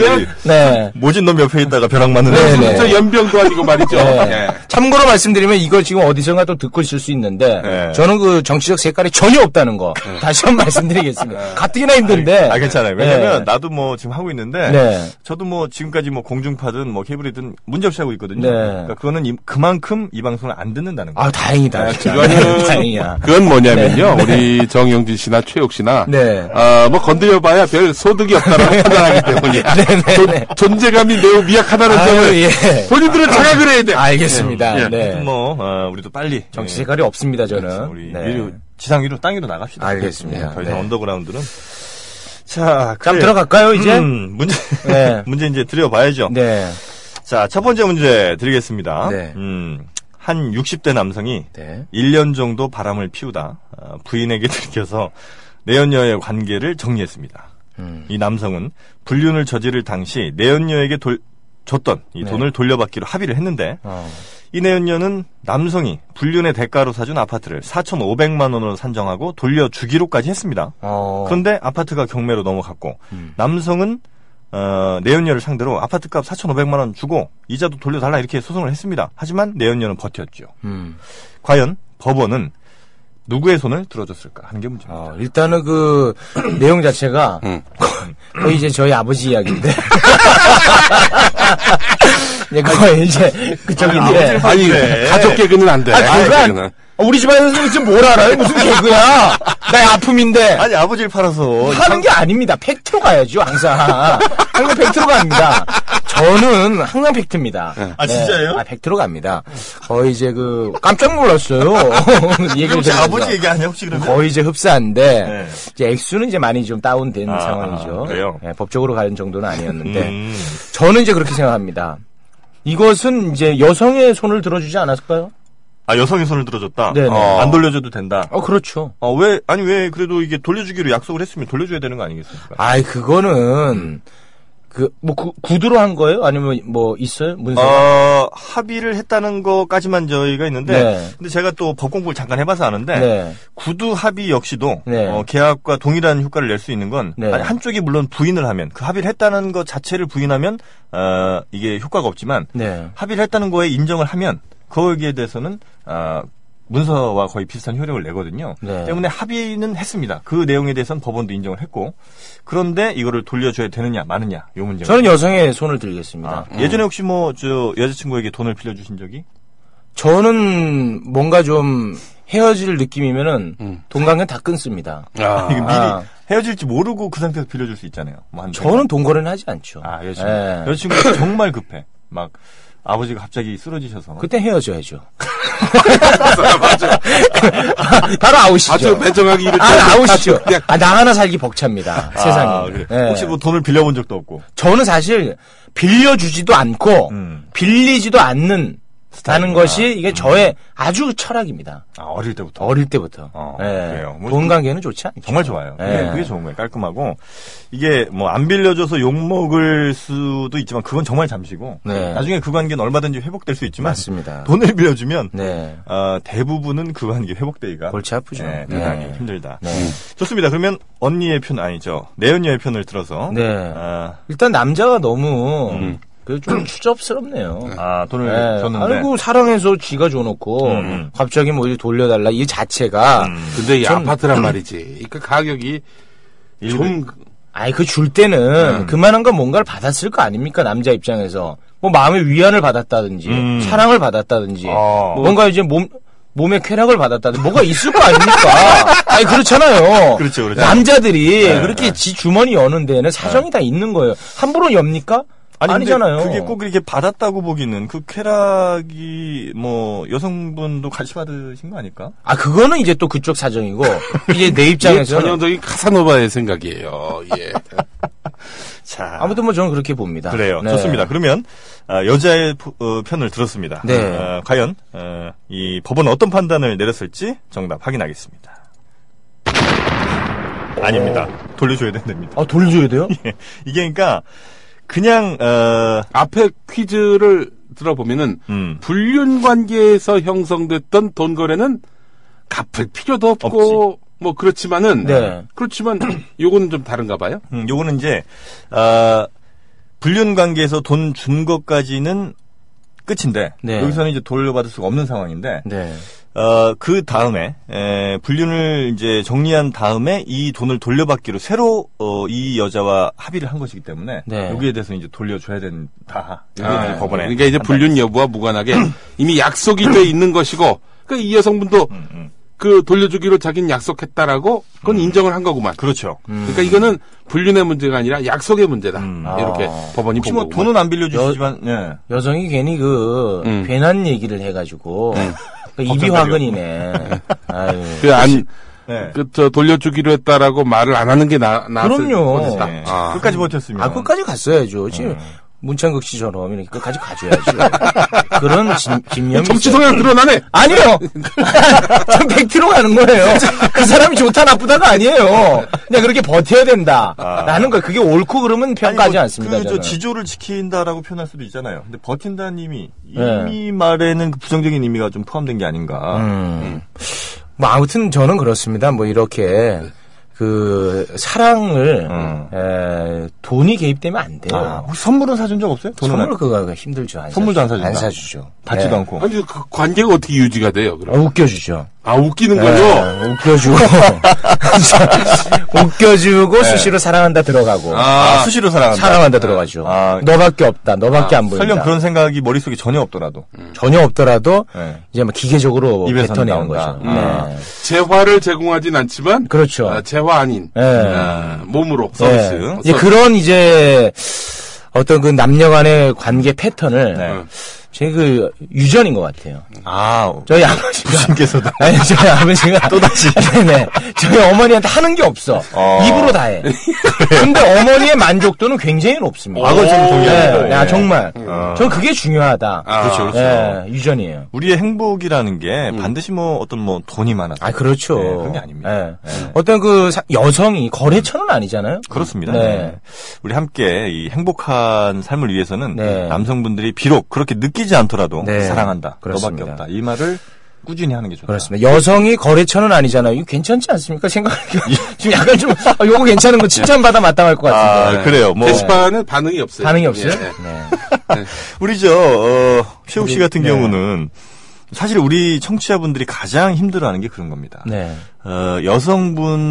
Speaker 5: 예?
Speaker 6: 네.
Speaker 2: 모진 놈 옆에 있다가 벼락 맞는
Speaker 6: 네,
Speaker 5: 무슨
Speaker 6: 네.
Speaker 5: 저 연병도 아니고 말이죠. 예.
Speaker 6: 네. 참고로 말씀드리면 이거 지금 어디선가 또 듣고 있을 수 있는데
Speaker 5: 예.
Speaker 2: 네.
Speaker 6: 저는 그 정치적 색깔이 전혀 없다는 거 다시 한 번
Speaker 5: 예.
Speaker 6: 말씀드리겠습니다. 가뜩이나 힘든데.
Speaker 2: 아, 괜찮아요. 왜냐면,
Speaker 6: 네.
Speaker 2: 나도 뭐, 지금 하고 있는데,
Speaker 6: 네.
Speaker 2: 저도 뭐, 지금까지 뭐, 공중파든, 뭐, 케이블이든, 문제없이 하고 있거든요.
Speaker 6: 네.
Speaker 2: 그러니까 그거는 이- 그만큼 이 방송을 안 듣는다는 거예요.
Speaker 6: 아, 다행이다. 진짜.
Speaker 5: 그거는-
Speaker 6: 다행이야.
Speaker 5: 그건 뭐냐면요. 우리 정영진 씨나 최욱 씨나
Speaker 6: 네.
Speaker 5: 아, 뭐 건드려봐야 별 소득이 없다라고 판단하기 때문이야.
Speaker 6: 네네네.
Speaker 5: 존- 존재감이 매우 미약하다는
Speaker 6: 아유,
Speaker 5: 점을
Speaker 6: 예.
Speaker 5: 본인들은 자각을 해야 돼. 예.
Speaker 6: 알겠습니다.
Speaker 2: 아무튼
Speaker 6: 네.
Speaker 2: 뭐, 어, 우리도 빨리.
Speaker 6: 정치
Speaker 2: 예,
Speaker 6: 색깔이 없습니다, 저는.
Speaker 2: 우리
Speaker 6: 네.
Speaker 2: 위로, 지상 위로, 땅 위로 나갑시다.
Speaker 6: 알겠습니다.
Speaker 2: 예, 더 이상
Speaker 6: 네.
Speaker 2: 언더그라운드는. 자,
Speaker 6: 그럼
Speaker 2: 그래.
Speaker 6: 들어갈까요, 이제?
Speaker 2: 음, 문제,
Speaker 6: 네.
Speaker 2: 문제 이제 드려봐야죠.
Speaker 6: 네.
Speaker 2: 자, 첫 번째 문제 드리겠습니다.
Speaker 6: 네.
Speaker 2: 음, 한 60대 남성이
Speaker 6: 네.
Speaker 2: 1년 정도 바람을 피우다 어, 부인에게 들켜서 내연녀의 관계를 정리했습니다. 이 남성은 불륜을 저지를 당시 내연녀에게 돌- 줬던 이 돈을 돌려받기로 합의를 했는데
Speaker 6: 어.
Speaker 2: 이 내연녀는 남성이 불륜의 대가로 사준 아파트를 4,500만 원으로 산정하고 돌려주기로까지 했습니다.
Speaker 6: 어.
Speaker 2: 그런데 아파트가 경매로 넘어갔고 남성은 어, 내연녀를 상대로 아파트값 4,500만 원 주고 이자도 돌려달라 이렇게 소송을 했습니다. 하지만 내연녀는 버텼죠.
Speaker 6: 음.
Speaker 2: 과연 법원은 누구의 손을 들어줬을까 하는 게 문제입니다.
Speaker 6: 어, 일단은 그 내용 자체가 거의 이제 저희 아버지 이야기인데. 네, 거의 이제 그쪽인데.
Speaker 5: 아니, 네,
Speaker 2: 그래.
Speaker 5: 가족 개그는 안 돼.
Speaker 6: 네. 아,
Speaker 5: 가족
Speaker 6: 그건
Speaker 5: 개그는.
Speaker 6: 아, 우리 집안에서 지금 뭘 알아요? 무슨 개그야? 나의 아픔인데.
Speaker 2: 아니 아버지를 팔아서
Speaker 6: 하는 게 아닙니다. 팩트로 가야죠, 항상. 항상 팩트로 갑니다. 저는 항상 팩트입니다.
Speaker 2: 아, 진짜예요?
Speaker 6: 아, 팩트로 갑니다. 거의 이제 그, 깜짝 놀랐어요. 얘기를
Speaker 2: 혹시
Speaker 6: 들으면서.
Speaker 2: 아버지 얘기 아니야 혹시 그러면?
Speaker 6: 거의 이제 흡사한데
Speaker 2: 네.
Speaker 6: 이제 액수는 이제 많이 좀 다운된
Speaker 2: 아,
Speaker 6: 상황이죠. 네,
Speaker 2: 그래요?
Speaker 6: 예, 법적으로 가는 정도는 아니었는데
Speaker 2: 음.
Speaker 6: 저는 이제 그렇게 생각합니다. 이것은 이제 여성의 손을 들어주지 않았을까요?
Speaker 2: 아, 여성의 손을 들어줬다?
Speaker 6: 네네.
Speaker 2: 어, 안 돌려줘도 된다?
Speaker 6: 아, 그렇죠.
Speaker 2: 아, 왜, 아니, 왜, 그래도 이게 돌려주기로 약속을 했으면 돌려줘야 되는 거 아니겠습니까?
Speaker 6: 아이, 그거는, 그, 뭐, 구, 구두로 한 거예요? 아니면 뭐, 있어요? 문서?
Speaker 2: 어, 합의를 했다는 거까지만 저희가 있는데,
Speaker 6: 네.
Speaker 2: 근데 제가 또 법 공부를 잠깐 해봐서 아는데,
Speaker 6: 네.
Speaker 2: 구두 합의 역시도
Speaker 6: 네.
Speaker 2: 어, 계약과 동일한 효과를 낼 수 있는 건
Speaker 6: 네.
Speaker 2: 아니, 한쪽이 물론 부인을 하면 그 합의를 했다는 것 자체를 부인하면 어, 이게 효과가 없지만
Speaker 6: 네.
Speaker 2: 합의를 했다는 거에 인정을 하면 거기에 대해서는 어, 문서와 거의 비슷한 효력을 내거든요.
Speaker 6: 네.
Speaker 2: 때문에 합의는 했습니다. 그 내용에 대해서는 법원도 인정을 했고 그런데 이거를 돌려줘야 되느냐 마느냐 요 문제.
Speaker 6: 저는 여성의 손을 들겠습니다.
Speaker 2: 예. 아, 예전에 혹시 뭐 저 여자친구에게 돈을 빌려주신 적이?
Speaker 6: 저는 뭔가 좀 헤어질 느낌이면은
Speaker 2: 음.
Speaker 6: 동강은 다 끊습니다.
Speaker 5: 아,
Speaker 2: 이거 미리
Speaker 6: 아.
Speaker 2: 헤어질지 모르고 그 상태에서 빌려줄 수 있잖아요. 뭐한
Speaker 6: 저는 돈 거래는 하지 않죠.
Speaker 2: 아, 여자친구.
Speaker 6: 예.
Speaker 2: 여자친구가 정말 급해. 막, 아버지가 갑자기 쓰러지셔서.
Speaker 6: 그때 헤어져야죠.
Speaker 5: 맞아.
Speaker 6: 바로 아웃이죠.
Speaker 5: 아주 매정하게 이렇게.
Speaker 6: 아, 아웃이죠. 아, 나 하나 살기 벅찹니다.
Speaker 2: 아,
Speaker 6: 세상에.
Speaker 2: 그래.
Speaker 6: 예.
Speaker 2: 혹시 뭐 돈을 빌려본 적도 없고.
Speaker 6: 저는 사실 빌려주지도 않고
Speaker 2: 음.
Speaker 6: 빌리지도 않는 다는
Speaker 2: 스타일이구나. 음.
Speaker 6: 것이 이게 저의 아주 철학입니다.
Speaker 2: 아, 어릴 때부터.
Speaker 6: 어릴 때부터.
Speaker 2: 어,
Speaker 6: 예.
Speaker 2: 그래요. 뭐
Speaker 6: 돈
Speaker 2: 좀-
Speaker 6: 관계는 좋지 않죠.
Speaker 2: 정말 좋아요. 그게,
Speaker 6: 예.
Speaker 2: 그게 좋은 거예요. 깔끔하고. 이게 뭐 안 빌려줘서 욕먹을 수도 있지만 그건 정말 잠시고.
Speaker 6: 네.
Speaker 2: 나중에 그 관계는 얼마든지 회복될 수 있지만.
Speaker 6: 맞습니다.
Speaker 2: 돈을 빌려주면.
Speaker 6: 네.
Speaker 2: 아, 대부분은 그 관계 회복되기가.
Speaker 6: 골치 아프죠.
Speaker 2: 예,
Speaker 6: 네.
Speaker 2: 대단히 힘들다.
Speaker 6: 네.
Speaker 2: 좋습니다. 그러면 언니의 편 아니죠. 내언니의 편을 들어서.
Speaker 6: 네.
Speaker 2: 아,
Speaker 6: 일단 남자가 너무
Speaker 2: 음.
Speaker 6: 그좀 추접스럽네요.
Speaker 2: 아, 돈을
Speaker 6: 예.
Speaker 2: 줬는데.
Speaker 6: 아이고 사랑해서 쥐가 줘놓고
Speaker 2: 음.
Speaker 6: 갑자기 뭐 이리 돌려달라 이 자체가
Speaker 5: 근데 이
Speaker 6: 전-
Speaker 5: 아파트란 말이지. 그 가격이 좀
Speaker 6: 아니 그 줄
Speaker 2: 음.
Speaker 6: 때는 그만한 건 뭔가를 받았을 거 아닙니까 남자 입장에서 뭐 마음의 위안을 받았다든지
Speaker 2: 음.
Speaker 6: 사랑을 받았다든지
Speaker 2: 아.
Speaker 6: 뭔가 이제 몸 몸의 쾌락을 받았다든지 뭐가 있을 거 아닙니까? 아니 그렇잖아요.
Speaker 2: 그렇죠, 네. 그렇죠.
Speaker 6: 남자들이 그렇게 지 주머니 여는 데는 사정이 다 있는 거예요. 함부로 엽니까?
Speaker 2: 아니, 근데
Speaker 6: 아니잖아요.
Speaker 2: 그게 꼭 이렇게 받았다고 보기는 그 쾌락이 뭐 여성분도 같이 받으신 거 아닐까?
Speaker 6: 아 그거는 이제 또 그쪽 사정이고 이제
Speaker 2: 예,
Speaker 6: 내
Speaker 5: 이게
Speaker 6: 입장에서 는
Speaker 5: 전형적인 카사노바의 생각이에요. 예.
Speaker 2: 자,
Speaker 6: 아무튼 뭐 저는 그렇게 봅니다.
Speaker 2: 그래요.
Speaker 6: 네.
Speaker 2: 좋습니다. 그러면 아, 여자의 포- 어, 편을 들었습니다.
Speaker 6: 네.
Speaker 2: 아, 과연 어, 이 법원은 어떤 판단을 내렸을지 정답 확인하겠습니다. 아닙니다. 돌려줘야 된답니다.
Speaker 6: 아 돌려줘야 돼요?
Speaker 2: 이게 그러니까 그냥 어,
Speaker 5: 앞에 퀴즈를 들어보면은
Speaker 2: 음,
Speaker 5: 불륜 관계에서 형성됐던 돈 거래는 갚을 필요도 없고 뭐 그렇지만은
Speaker 6: 네.
Speaker 5: 그렇지만 요거는 좀 다른가 봐요.
Speaker 2: 음, 요거는 이제 아, 불륜 관계에서 돈 준 것까지는 끝인데
Speaker 6: 네.
Speaker 2: 여기서는 이제 돌려받을 수가 없는 상황인데
Speaker 6: 네.
Speaker 2: 어, 그 다음에 에, 불륜을 이제 정리한 다음에 이 돈을 돌려받기로 새로 어, 이 여자와 합의를 한 것이기 때문에
Speaker 6: 네.
Speaker 2: 여기에 대해서 이제 돌려줘야 된다. 이게
Speaker 5: 아,
Speaker 2: 이제 네, 법원에
Speaker 5: 그러니까 이제 불륜 여부와 무관하게 이미 약속이 돼 있는 것이고 그러니까 그이 여성분도
Speaker 2: 음,
Speaker 5: 그 돌려주기로 자기는 약속했다라고 그건 인정을 한 거구만.
Speaker 2: 그렇죠.
Speaker 5: 그러니까 이거는 불륜의 문제가 아니라 약속의 문제다.
Speaker 2: 음.
Speaker 5: 이렇게
Speaker 6: 아.
Speaker 5: 법원이
Speaker 2: 혹시 뭐
Speaker 5: 본 거구만.
Speaker 2: 돈은 안 빌려주시지만 예.
Speaker 6: 여성이 괜히 그
Speaker 5: 음.
Speaker 6: 괜한 얘기를 해가지고 그 입이
Speaker 2: 음. 걱정되죠.
Speaker 6: 화근이네. 아유.
Speaker 5: 그 안,
Speaker 2: 네.
Speaker 5: 그, 저, 돌려주기로 했다라고 말을 안 하는 게 나, 나았을
Speaker 6: 그럼요.
Speaker 5: 뻔했다.
Speaker 2: 예.
Speaker 5: 아.
Speaker 2: 끝까지 버텼습니다.
Speaker 6: 아 끝까지
Speaker 2: 음.
Speaker 6: 갔어야죠. 지금 문창극 씨처럼 이렇게 끝까지 가줘야죠. 그런 진, 집념이
Speaker 5: 정치
Speaker 6: 있어요.
Speaker 5: 성향 드러나네!
Speaker 6: 아니요. 전 100%로 가는 거예요. 그 사람이 좋다 나쁘다가 아니에요. 그냥 그렇게 버텨야 된다. 라는 거 그게 옳고 그름은 평가하지
Speaker 2: 아. 아니, 뭐
Speaker 6: 않습니다.
Speaker 2: 그, 저
Speaker 6: 저는.
Speaker 2: 지조를 지킨다라고 표현할 수도 있잖아요. 근데 버틴다는 의미, 이
Speaker 6: 네.
Speaker 2: 말에는 그 부정적인 의미가 좀 포함된 게 아닌가.
Speaker 6: 음. 뭐 아무튼 저는 그렇습니다. 뭐 이렇게 그 사랑을
Speaker 2: 음.
Speaker 6: 에, 돈이 개입되면 안 돼요.
Speaker 2: 아, 혹시 선물은 사준 적 없어요? 돈은
Speaker 6: 선물
Speaker 2: 안-
Speaker 6: 그거 힘들죠. 안
Speaker 2: 선물도
Speaker 6: 사주-
Speaker 2: 안 사준다.
Speaker 6: 사주죠.
Speaker 2: 받지도
Speaker 6: 예.
Speaker 2: 않고.
Speaker 5: 아니, 그 관계가 어떻게 유지가 돼요,
Speaker 6: 아,
Speaker 5: 그럼?
Speaker 6: 웃겨주죠.
Speaker 5: 아, 웃기는 거죠?
Speaker 6: 예, 웃겨주고 웃겨주고 수시로 사랑한다 들어가고
Speaker 2: 예. 아, 수시로 사랑한다.
Speaker 6: 사랑한다 들어가죠.
Speaker 2: 아.
Speaker 6: 너밖에 없다. 너밖에 안 보인다.
Speaker 2: 설령 그런 뭐 음. 생각이 머릿속에 전혀 없더라도.
Speaker 6: 전혀 없더라도
Speaker 2: 네.
Speaker 6: 이제 막 기계적으로
Speaker 2: 입에서는
Speaker 6: 뱉어내는
Speaker 2: 나온다.
Speaker 6: 거죠.
Speaker 2: 아.
Speaker 6: 네.
Speaker 5: 재화를 제공하진 않지만.
Speaker 6: 그렇죠.
Speaker 5: 아, 재화 아닌.
Speaker 6: 예.
Speaker 5: 아, 몸으로.
Speaker 2: 서비스.
Speaker 6: 예.
Speaker 5: 어,
Speaker 6: 이제
Speaker 5: 서비스.
Speaker 6: 그런 이제 어떤 그 남녀 간의 관계 패턴을
Speaker 2: 네.
Speaker 6: 제 그 유전인 것 같아요.
Speaker 2: 아,
Speaker 6: 저희 아버지가
Speaker 2: 부신께서도.
Speaker 6: 아니 저희 아버지가
Speaker 2: 또다시.
Speaker 6: 네네 저희 어머니한테 하는 게 없어
Speaker 2: 어.
Speaker 6: 입으로 다 해. 근데 어머니의 만족도는 굉장히 높습니다.
Speaker 2: 아, 그건 좀 동의합니다.
Speaker 6: 네, 야
Speaker 2: 예.
Speaker 6: 정말
Speaker 2: 어.
Speaker 6: 저 그게 중요하다.
Speaker 5: 아,
Speaker 2: 그렇죠, 그렇죠.
Speaker 6: 예, 유전이에요.
Speaker 2: 우리의 행복이라는 게 반드시 뭐 어떤 뭐 돈이 많았다.
Speaker 6: 아 그렇죠.
Speaker 2: 예, 그런 게 아닙니다.
Speaker 6: 예. 어떤 그 사- 여성이 거래처는 아니잖아요.
Speaker 2: 그렇습니다.
Speaker 6: 네.
Speaker 2: 네. 우리 함께 이 행복한 삶을 위해서는
Speaker 6: 네.
Speaker 2: 남성분들이 비록 그렇게 느끼지 않더라도
Speaker 6: 네.
Speaker 2: 사랑한다.
Speaker 6: 그렇습니다.
Speaker 2: 너밖에 없다. 이 말을 꾸준히 하는 게 좋다.
Speaker 6: 그렇습니다. 여성이 거래처는 아니잖아요. 이거 괜찮지 않습니까? 생각하니까
Speaker 2: 예.
Speaker 6: 지금 약간 좀 아, 요거 괜찮은 거 칭찬받아 마땅할 것
Speaker 2: 아,
Speaker 6: 같은데
Speaker 2: 그래요. 뭐
Speaker 5: 게시판에 반응이 없어요.
Speaker 6: 반응이
Speaker 5: 예,
Speaker 6: 없어요.
Speaker 5: 예.
Speaker 6: 네.
Speaker 2: 우리 저 어, 최욱 씨 같은
Speaker 6: 네.
Speaker 2: 경우는 사실 우리 청취자분들이 가장 힘들어하는 게 그런 겁니다.
Speaker 6: 네.
Speaker 2: 어,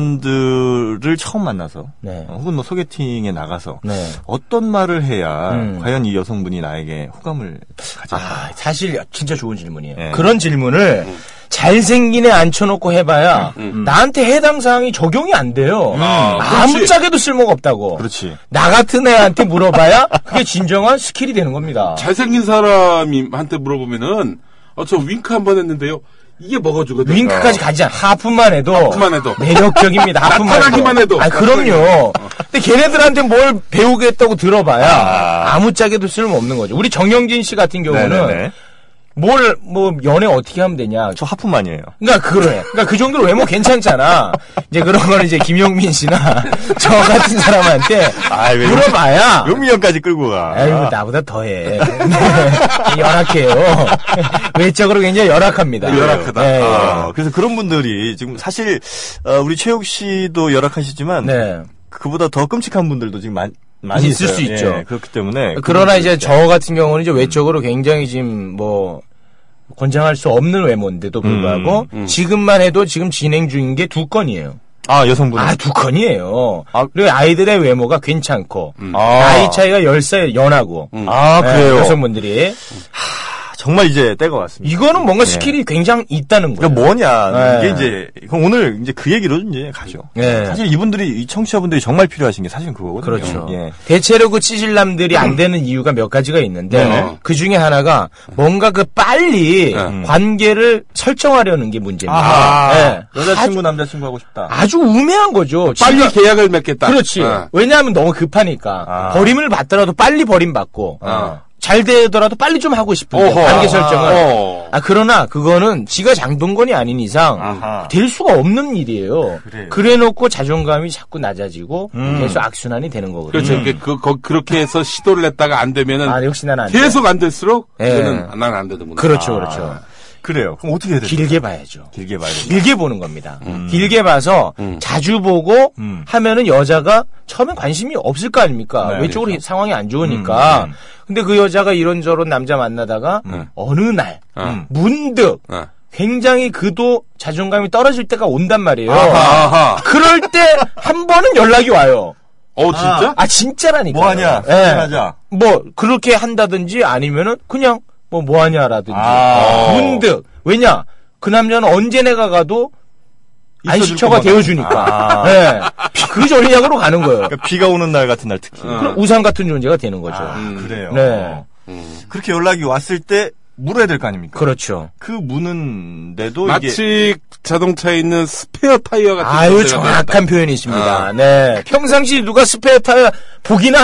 Speaker 2: 여성분들을 처음 만나서
Speaker 6: 네.
Speaker 2: 어, 혹은 뭐 소개팅에 나가서
Speaker 6: 네.
Speaker 2: 어떤 말을 해야
Speaker 6: 음.
Speaker 2: 과연 이 여성분이 나에게 호감을 가질까?
Speaker 6: 아, 사실 진짜 좋은 질문이에요.
Speaker 2: 예. 음.
Speaker 6: 그런 질문을 잘생긴 애 앉혀놓고 해봐야 음. 나한테 해당 사항이 적용이 안 돼요. 아무짝에도 쓸모가 없다고.
Speaker 2: 음, 아, 그렇지.
Speaker 6: 나 같은 애한테 물어봐야 그게 진정한 스킬이 되는 겁니다.
Speaker 5: 잘생긴 사람한테 물어보면은 어, 저 윙크 한 번 했는데요. 이게 먹어주거든.
Speaker 6: 윙크까지 가지 않아. 하프만 해도.
Speaker 5: 그러니까 하프만 해도.
Speaker 6: 매력적입니다. 하프만
Speaker 5: 나타나기만 해도.
Speaker 6: 아, 그럼요. 근데 걔네들한테 뭘 배우겠다고 들어봐야 아. 무짝에도 쓸모없는 거죠. 우리 정영진 씨 같은 경우는
Speaker 2: 네네네.
Speaker 6: 뭘, 뭐, 연애 어떻게 하면 되냐.
Speaker 2: 저 하프만이에요.
Speaker 6: 그러니까 그래. 그러니까 그 정도로 외모 괜찮잖아. 이제 그런 거는 이제 김용민 씨나 저 같은 사람한테
Speaker 2: 아이, 왜
Speaker 6: 물어봐야.
Speaker 2: 용미형까지 끌고 가.
Speaker 6: 아이고 나보다 더해. 열악해요. 외적으로 굉장히 열악합니다.
Speaker 2: 열악하다.
Speaker 6: 예, 예.
Speaker 2: 아, 그래서 그런 분들이 지금 사실 어, 우리 최욱 씨도 열악하시지만
Speaker 6: 네.
Speaker 2: 그보다 더 끔찍한 분들도 지금 많, 많이
Speaker 6: 있을
Speaker 2: 있어요.
Speaker 6: 수 있죠.
Speaker 2: 예, 그렇기 때문에
Speaker 6: 그러나 이제 저 같은 경우는 이제 외적으로 굉장히 지금 뭐 권장할 수 없는
Speaker 2: 음,
Speaker 6: 외모인데도 불구하고 지금만 해도 지금 진행 중인 게 두 건이에요.
Speaker 2: 아 여성분
Speaker 6: 아 두 건이에요.
Speaker 2: 아.
Speaker 6: 그리고 아이들의 외모가 괜찮고
Speaker 2: 아.
Speaker 6: 나이 차이가 10살 연하고
Speaker 2: 아
Speaker 6: 예,
Speaker 2: 그래요.
Speaker 6: 여성분들이
Speaker 2: 아, 정말 이제 때가 왔습니다.
Speaker 6: 이거는 뭔가 스킬이 굉장히 있다는 거예요.
Speaker 2: 네. 그러니까 뭐냐
Speaker 6: 네.
Speaker 2: 이게 이제 그럼 오늘 이제 그 얘기로 이제 가죠.
Speaker 6: 네.
Speaker 2: 사실 이분들이 이 청취자분들이 정말 필요하신 게 사실은 그거거든요.
Speaker 6: 그렇죠.
Speaker 2: 예.
Speaker 6: 대체로 그 찌질남들이 안 되는 이유가 몇 가지가 있는데
Speaker 5: 네네.
Speaker 6: 그 중에 하나가 뭔가 그 빨리
Speaker 5: 네.
Speaker 6: 관계를 설정하려는 게 문제입니다.
Speaker 2: 아,
Speaker 6: 예.
Speaker 2: 여자친구 남자친구 하고 싶다.
Speaker 6: 아주 우매한 거죠.
Speaker 5: 어, 빨리
Speaker 6: 지금-
Speaker 5: 계약을 맺겠다.
Speaker 6: 그렇지.
Speaker 5: 어.
Speaker 6: 왜냐하면 너무 급하니까
Speaker 2: 아.
Speaker 6: 버림을 받더라도 빨리 버림받고
Speaker 5: 어.
Speaker 6: 잘 되더라도 빨리 좀 하고 싶은 데
Speaker 5: 어허.
Speaker 6: 관계 네, 설정을.
Speaker 5: 어.
Speaker 6: 아 그러나 그거는 지가 장동건이 아닌 이상
Speaker 2: 아하.
Speaker 6: 될 수가 없는 일이에요.
Speaker 2: 그래요.
Speaker 6: 그래 놓고 자존감이 자꾸 낮아지고 계속 악순환이 되는 거거든요.
Speaker 5: 음. 그렇죠. 이렇게 그, 거- 그렇게 해서 시도를 했다가 안 되면은
Speaker 6: 음. 아 역시 나는 안 돼.
Speaker 5: 계속 아, 안 될수록
Speaker 6: 예.
Speaker 5: 이제는 난 안 되는구나.
Speaker 6: 그렇죠, 그렇죠.
Speaker 2: 그래요. 그럼 어떻게
Speaker 5: 네.
Speaker 2: 해야 되죠?
Speaker 6: 길게 봐야죠.
Speaker 2: 길게 말해.
Speaker 6: 길게 보는 겁니다. 길게 봐서 자주 보고
Speaker 2: 음.
Speaker 6: 하면은 여자가 처음엔 관심이 없을 거 아닙니까?
Speaker 2: 네, 음,
Speaker 6: 외적으로 상황이 안 좋으니까. 근데 그 여자가 이런저런 남자 만나다가
Speaker 2: 네.
Speaker 6: 어느 날
Speaker 2: 아.
Speaker 5: 어.
Speaker 6: 문득
Speaker 5: 어.
Speaker 6: 굉장히 그도 자존감이 떨어질 때가 온단 말이에요.
Speaker 5: 아하. 아하.
Speaker 6: 그럴 때 한 번은 연락이 와요.
Speaker 5: 어 진짜?
Speaker 6: 아 진짜라니까.
Speaker 2: 뭐하냐?
Speaker 6: 네.
Speaker 2: 사진하자.
Speaker 6: 뭐 그렇게 한다든지 아니면은 그냥 뭐 뭐하냐라든지
Speaker 2: 아.
Speaker 6: 문득 왜냐 그 남자는 언제 내가 가도 안식처가
Speaker 2: 있어줄
Speaker 6: 되어주니까.
Speaker 2: 거구나.
Speaker 6: 예. 그 전략으로 가는 거예요.
Speaker 2: 아. 그러니까 비가 오는 날 같은 날 특히.
Speaker 5: 어.
Speaker 6: 그럼 우산 같은 존재가 되는 거죠.
Speaker 2: 아, 그래요.
Speaker 6: 음. 네.
Speaker 5: 음.
Speaker 2: 그렇게 연락이 왔을 때 물어야 될 거 아닙니까?
Speaker 6: 그렇죠.
Speaker 2: 그 무는데도 이게
Speaker 5: 마치 자동차에 있는 스페어 타이어 같은
Speaker 6: 아유
Speaker 5: 존재가 되었다.
Speaker 6: 정확한 표현이십니다.
Speaker 2: 아.
Speaker 6: 네. 평상시 누가 스페어 타이어 보기나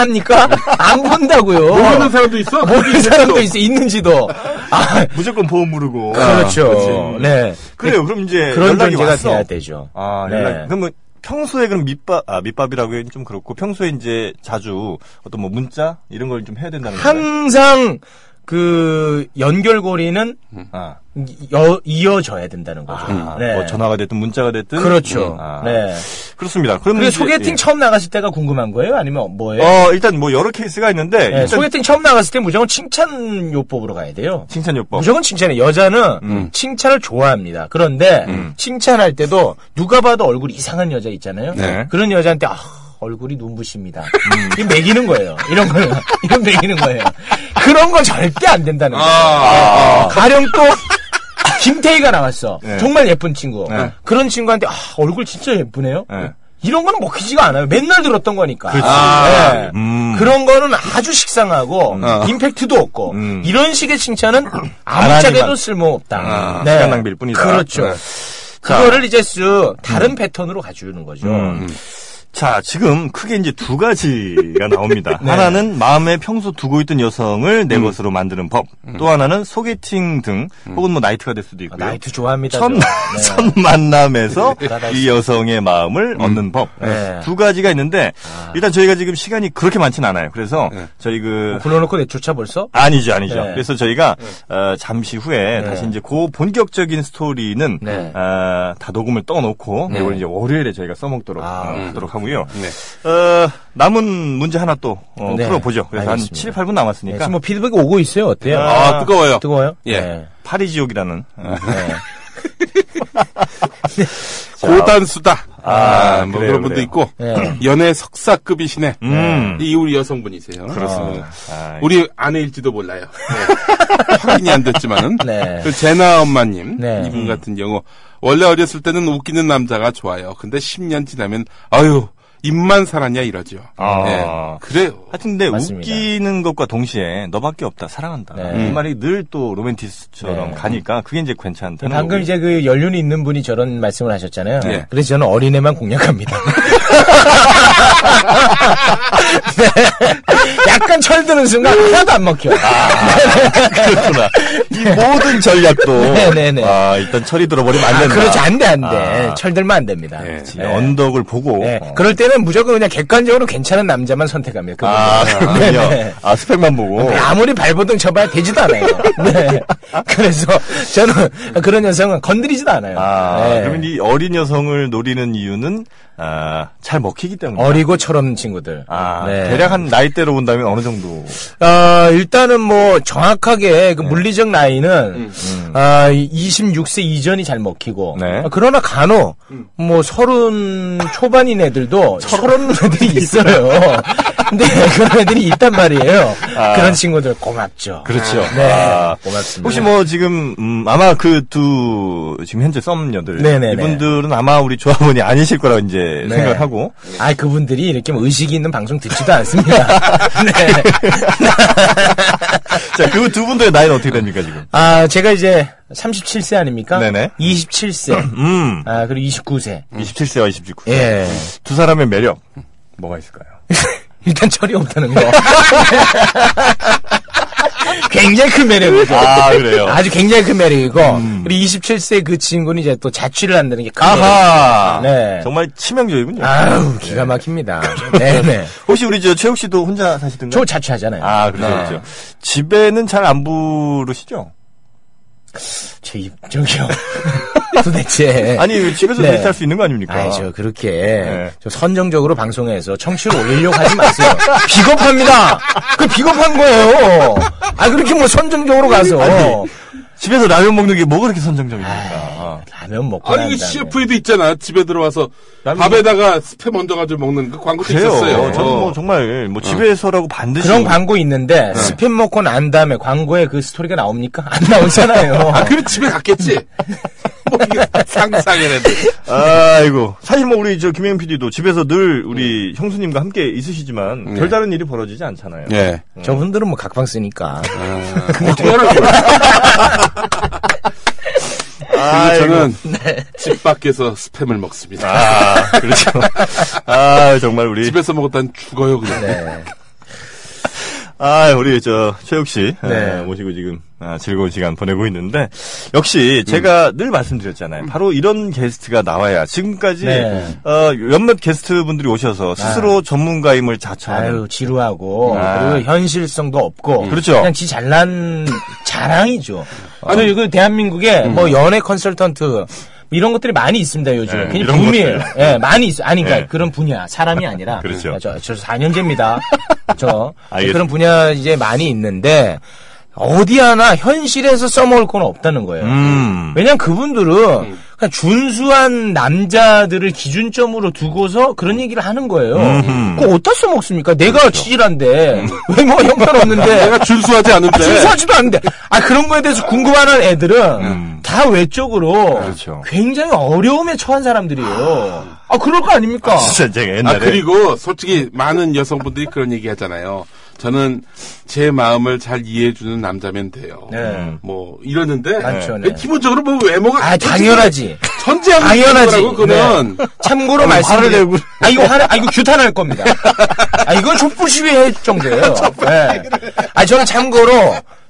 Speaker 6: 합니까? 안 본다고요.
Speaker 5: 모르는 사람도 있어?
Speaker 6: 모르는 사람도 있어 있는지도. 아,
Speaker 2: 무조건 보험 물르고
Speaker 6: 그렇죠. 네.
Speaker 2: 그래요. 그럼 이제
Speaker 6: 그런
Speaker 2: 예, 연락이
Speaker 6: 존재가
Speaker 2: 왔어.
Speaker 6: 돼야 되죠.
Speaker 2: 아,
Speaker 6: 네.
Speaker 2: 연락. 그러면 평소에 그럼 밑밥 아 밑밥이라고 하긴 좀 그렇고 평소에 이제 자주 어떤 뭐 문자 이런 걸 좀 해야 된다는 거예요.
Speaker 6: 항상 그 연결고리는
Speaker 2: 아,
Speaker 6: 여- 이어져야 된다는 거죠. 네.
Speaker 2: 뭐 전화가 됐든 문자가 됐든
Speaker 6: 그렇죠.
Speaker 2: 음, 아,
Speaker 6: 네.
Speaker 2: 그렇습니다. 그럼
Speaker 6: 그리고
Speaker 2: 이제-
Speaker 6: 소개팅
Speaker 2: 예.
Speaker 6: 처음 나갔을 때가 궁금한 거예요? 아니면 뭐예요?
Speaker 2: 어 일단 뭐 여러 케이스가 있는데
Speaker 6: 네,
Speaker 2: 일단
Speaker 6: 소개팅 처음 나갔을 때 무조건 칭찬 요법으로 가야 돼요.
Speaker 2: 칭찬 요법.
Speaker 6: 무조건 칭찬해. 여자는
Speaker 2: 음.
Speaker 6: 칭찬을 좋아합니다. 그런데 칭찬할 때도 누가 봐도 얼굴이 이상한 여자 있잖아요.
Speaker 5: 네.
Speaker 6: 그런 여자한테 아, 얼굴이 눈부십니다.
Speaker 2: 음.
Speaker 6: 이거 매기는 거예요. 이런 거요. 이런 매기는 거예요. 그런 건 절대 안
Speaker 2: 아.
Speaker 6: 된다는 거예요. 가령 또 김태희가 나왔어.
Speaker 2: 네.
Speaker 6: 정말 예쁜 친구.
Speaker 2: 네.
Speaker 6: 그런 친구한테 아, 얼굴 진짜 예쁘네요.
Speaker 2: 네.
Speaker 6: 이런 거는 먹히지가 않아요. 맨날 들었던 거니까.
Speaker 2: 그렇지.
Speaker 6: 아, 예.
Speaker 2: 음.
Speaker 6: 그런 거는 아주 식상하고
Speaker 5: 어.
Speaker 6: 임팩트도 없고
Speaker 2: 음.
Speaker 6: 이런 식의 칭찬은
Speaker 2: 하니만.
Speaker 6: 아무 짝에도 쓸모없다. 네.
Speaker 2: 아, 시간 낭비일 뿐이다.
Speaker 6: 그렇죠.
Speaker 5: 네.
Speaker 6: 그거를 이제 쓱 다른 패턴으로 가져오는 거죠.
Speaker 2: 음. 자, 지금 크게 이제 두 가지가 나옵니다.
Speaker 6: 네.
Speaker 2: 하나는 마음에 평소 두고 있던 여성을
Speaker 6: 음.
Speaker 2: 내 것으로 만드는 법. 또 하나는 소개팅 등 혹은 뭐 나이트가 될 수도
Speaker 6: 아,
Speaker 2: 있고요.
Speaker 6: 나이트 좋아합니다.
Speaker 2: 첫,
Speaker 6: 저. 네.
Speaker 2: 첫 만남에서
Speaker 6: 그러다
Speaker 2: 이 여성의 마음을 얻는 법.
Speaker 6: 네. 아.
Speaker 2: 두 가지가 있는데, 일단 저희가 지금 시간이 그렇게 많진 않아요. 그래서 저희 그.
Speaker 6: 불러놓고 네. 내쫓아 벌써?
Speaker 2: 아니죠, 아니죠.
Speaker 6: 뭐 네.
Speaker 2: 그래서 저희가 어, 잠시 후에 다시 이제 그 본격적인 스토리는
Speaker 6: 네.
Speaker 2: 아, 다 녹음을 떠놓고
Speaker 6: 네.
Speaker 2: 이걸 이제 월요일에 저희가 써먹도록
Speaker 6: 아,
Speaker 2: 어,
Speaker 6: 음.
Speaker 2: 하도록 하고요. 어, 남은 문제 하나 또 어,
Speaker 6: 네.
Speaker 2: 풀어보죠. 그래서 한
Speaker 6: 알겠습니다.
Speaker 2: 7, 8분
Speaker 6: 네,
Speaker 2: 남았으니까
Speaker 6: 지금 뭐 피드백이 오고 있어요. 어때요?
Speaker 5: 아, 뜨거워요.
Speaker 6: 뜨거워요?
Speaker 5: 예.
Speaker 6: 네.
Speaker 2: 파리지옥이라는 어,
Speaker 6: 네.
Speaker 5: 고단수다. 아, 뭐
Speaker 2: 그래요,
Speaker 5: 그런 분도
Speaker 2: 그래요.
Speaker 5: 있고.
Speaker 6: 네.
Speaker 5: 연애 석사급이시네.
Speaker 2: 음.
Speaker 5: 이 우리 여성분이세요.
Speaker 2: 그렇습니다.
Speaker 5: 아,
Speaker 2: 아,
Speaker 5: 우리 아내일지도 몰라요. 네. 확인이 안 됐지만은.
Speaker 6: 네.
Speaker 5: 그 제나 엄마님.
Speaker 6: 네.
Speaker 5: 이분 같은 경우. 원래 어렸을 때는 웃기는 남자가 좋아요. 근데 10년 지나면, 아유, 입만 살았냐 이러죠.
Speaker 2: 아.
Speaker 5: 예. 그래요.
Speaker 2: 하여튼 근데
Speaker 6: 맞습니다.
Speaker 2: 웃기는 것과 동시에 너밖에 없다 사랑한다
Speaker 6: 네.
Speaker 2: 이 말이 늘 또 로맨티스트처럼
Speaker 6: 네.
Speaker 2: 가니까 그게 이제 괜찮다는
Speaker 6: 방금 이제 그 연륜이 있는 분이 저런 말씀을 하셨잖아요.
Speaker 5: 예.
Speaker 6: 그래서 저는 어린애만 공략합니다. 네. 약간 철드는 순간 하나도 안 먹혀.
Speaker 2: 그렇구나 이 모든 전략도
Speaker 6: 네네네.
Speaker 2: 아 일단 철이 들어버리면 안
Speaker 6: 아,
Speaker 2: 된다
Speaker 6: 그렇지 안 돼, 안 돼.
Speaker 2: 아.
Speaker 6: 철들면 안 됩니다.
Speaker 5: 예.
Speaker 2: 그렇지. 언덕을 보고
Speaker 6: 네.
Speaker 2: 어.
Speaker 6: 그럴 때는 무조건 그냥 객관적으로 괜찮은 남자만 선택합니다. 그
Speaker 2: 아
Speaker 6: 부분은.
Speaker 2: 그렇군요
Speaker 6: 네.
Speaker 2: 아 스펙만 보고
Speaker 6: 아무리 발버둥 쳐봐야 되지도 않아요. 네. 그래서 저는 그런 여성은 건드리지도 않아요.
Speaker 2: 아
Speaker 6: 네.
Speaker 2: 그러면 이 어린 여성을 노리는 이유는 아, 잘 먹히기 때문에
Speaker 6: 어리고 철없는 친구들.
Speaker 2: 아
Speaker 6: 네.
Speaker 2: 대략 한 나이대로 본다면 어느 정도
Speaker 6: 아, 일단은 뭐 정확하게 그
Speaker 2: 네.
Speaker 6: 물리적 나이는 아, 26세 이전이 잘 먹히고
Speaker 2: 음, 네. 음.
Speaker 6: 아, 그러나 간혹 뭐 서른 초반인 애들도 서른 애들이 있어요. 근데 그런 애들이 있단 말이에요.
Speaker 2: 아.
Speaker 6: 그런 친구들 고맙죠.
Speaker 2: 그렇죠
Speaker 6: 네,
Speaker 2: 아,
Speaker 6: 고맙습니다.
Speaker 2: 혹시 뭐 지금 음, 아마 그 두 지금 현재 썸녀들
Speaker 6: 네네네.
Speaker 2: 이분들은 아마 우리 조합원이 아니실 거라고 이제
Speaker 6: 네.
Speaker 2: 생각하고
Speaker 6: 아, 그분들이 이렇게 뭐 의식이 있는 방송 듣지도 않습니다. 네.
Speaker 2: 자 그 두 분들의 나이는 어떻게 됩니까 지금?
Speaker 6: 아, 제가 이제 37세 아닙니까?
Speaker 2: 네네.
Speaker 6: 27세.
Speaker 2: 음
Speaker 6: 아, 그리고 29세.
Speaker 2: 27세와 29세
Speaker 6: 예.
Speaker 2: 두 사람의 매력 뭐가 있을까요?
Speaker 6: 일단 철이 없다는 거. 굉장히 큰 매력이죠.
Speaker 2: 아 그래요.
Speaker 6: 아주 굉장히 큰 매력이고, 그리고 27세 그 친구는 이제 또 자취를 한다는 게 큰. 매력.
Speaker 2: 음. 아하 네.
Speaker 6: 네.
Speaker 2: 정말 치명적이군요.
Speaker 6: 아우, 기가 막힙니다.
Speaker 2: 그렇죠.
Speaker 6: 네네.
Speaker 2: 혹시 우리 저 최욱 씨도 혼자 사시던가요?
Speaker 6: 저 자취하잖아요.
Speaker 2: 아 그렇죠. 그렇죠. 집에는 잘 안 부르시죠?
Speaker 6: 제 입, 저기요. 도대체.
Speaker 2: 아니 집에서
Speaker 6: 네.
Speaker 2: 데이트할 수 있는 거 아닙니까?
Speaker 6: 아이, 저 그렇게
Speaker 2: 네.
Speaker 6: 저 선정적으로 방송에서 청취를 올리려고 하지 마세요. 비겁합니다. 그 비겁한 거예요. 아 그렇게 뭐 선정적으로 가서
Speaker 2: 아니. 집에서 라면 먹는 게 뭐가 그렇게
Speaker 6: 아.
Speaker 2: 선정적입니까? 아.
Speaker 6: 라면 먹고 난
Speaker 5: 아니, 그
Speaker 6: 다음에.
Speaker 5: CF에도 있잖아. 집에 들어와서 밥에다가 스팸 얹어가지고 먹는 그 광고도
Speaker 2: 그래요.
Speaker 5: 있었어요. 어.
Speaker 2: 저는 뭐 정말 뭐 집에서라고 반드시
Speaker 6: 그런 광고
Speaker 2: 네.
Speaker 6: 있는데 스팸 먹고 난 다음에 광고에 그 스토리가 나옵니까? 안 나오잖아요.
Speaker 5: 아, 그럼 집에 갔겠지? 뭐 이게 상상을 해도.
Speaker 2: 아이고 사실 뭐 우리 저 김영 PD도 집에서 늘 우리 형수님과 함께 있으시지만
Speaker 5: 네.
Speaker 2: 별다른 일이 벌어지지 않잖아요.
Speaker 5: 예.
Speaker 6: 저분들은 뭐 각방 쓰니까.
Speaker 2: 그렇죠.
Speaker 5: 어떻게 하라고. 아,
Speaker 2: 아이고.
Speaker 5: 저는 집 밖에서 스팸을 먹습니다.
Speaker 2: 아 그렇죠. 아 정말 우리
Speaker 5: 집에서 먹었다는 죽어요, 그냥.
Speaker 2: 아, 우리 저 최욱 씨
Speaker 6: 네.
Speaker 2: 아, 모시고 지금 아, 즐거운 시간 보내고 있는데
Speaker 5: 음.
Speaker 2: 역시 제가 늘 말씀드렸잖아요. 바로 이런 게스트가 나와야 지금까지
Speaker 6: 네.
Speaker 2: 어, 몇몇 게스트 분들이 오셔서 스스로
Speaker 5: 네.
Speaker 2: 전문가임을 자처하는
Speaker 6: 아유 지루하고
Speaker 2: 아.
Speaker 6: 그리고 현실성도 없고
Speaker 2: 그렇죠.
Speaker 6: 그냥 지 잘난 자랑이죠. 아니
Speaker 2: 음.
Speaker 6: 그 대한민국에 뭐 연애 컨설턴트 뭐 이런 것들이 많이 있습니다 요즘.
Speaker 2: 네,
Speaker 6: 은 굉장히
Speaker 2: 이런
Speaker 6: 붐이에요.
Speaker 2: 것들.
Speaker 6: 예, 많이 있어. 아니 그러니까
Speaker 2: 네.
Speaker 6: 그런 분야 사람이 아니라
Speaker 2: 그렇죠.
Speaker 6: 저, 저 4년제입니다. 저
Speaker 2: 알겠습니다.
Speaker 6: 그런 분야 이제 많이 있는데 어디 하나 현실에서 써먹을 건 없다는 거예요.
Speaker 2: 음.
Speaker 6: 왜냐면 그분들은 그냥 준수한 남자들을 기준점으로 두고서 그런 얘기를 하는 거예요.
Speaker 2: 음.
Speaker 6: 그거 어디다 써먹습니까? 내가
Speaker 2: 그렇죠.
Speaker 6: 지질한데, 외모 형편없는데,
Speaker 5: 내가 준수하지 않은데.
Speaker 6: 아, 준수하지도 않는데. 아, 그런 거에 대해서 궁금하는 애들은
Speaker 2: 음.
Speaker 6: 다 외적으로
Speaker 2: 그렇죠.
Speaker 6: 굉장히 어려움에 처한 사람들이에요. 아, 아, 그럴 거 아닙니까?
Speaker 2: 진짜 제가 옛날에
Speaker 5: 아, 그리고 솔직히 많은 여성분들이 그런 얘기 하잖아요. 저는 제 마음을 잘 이해해주는 남자면 돼요.
Speaker 6: 네.
Speaker 5: 뭐, 이러는데.
Speaker 6: 많죠, 네.
Speaker 5: 네, 기본적으로 뭐 외모가.
Speaker 6: 아, 당연하지.
Speaker 5: 천재하고
Speaker 6: 당연하지. 네.
Speaker 5: 그거는.
Speaker 6: 참고로 말씀드려.
Speaker 2: 화를 내고.
Speaker 6: 아 이거 화를 아 이거 규탄할 겁니다. 아 이건 촛불 시위 할 정도예요. 예. 아 저는 참고로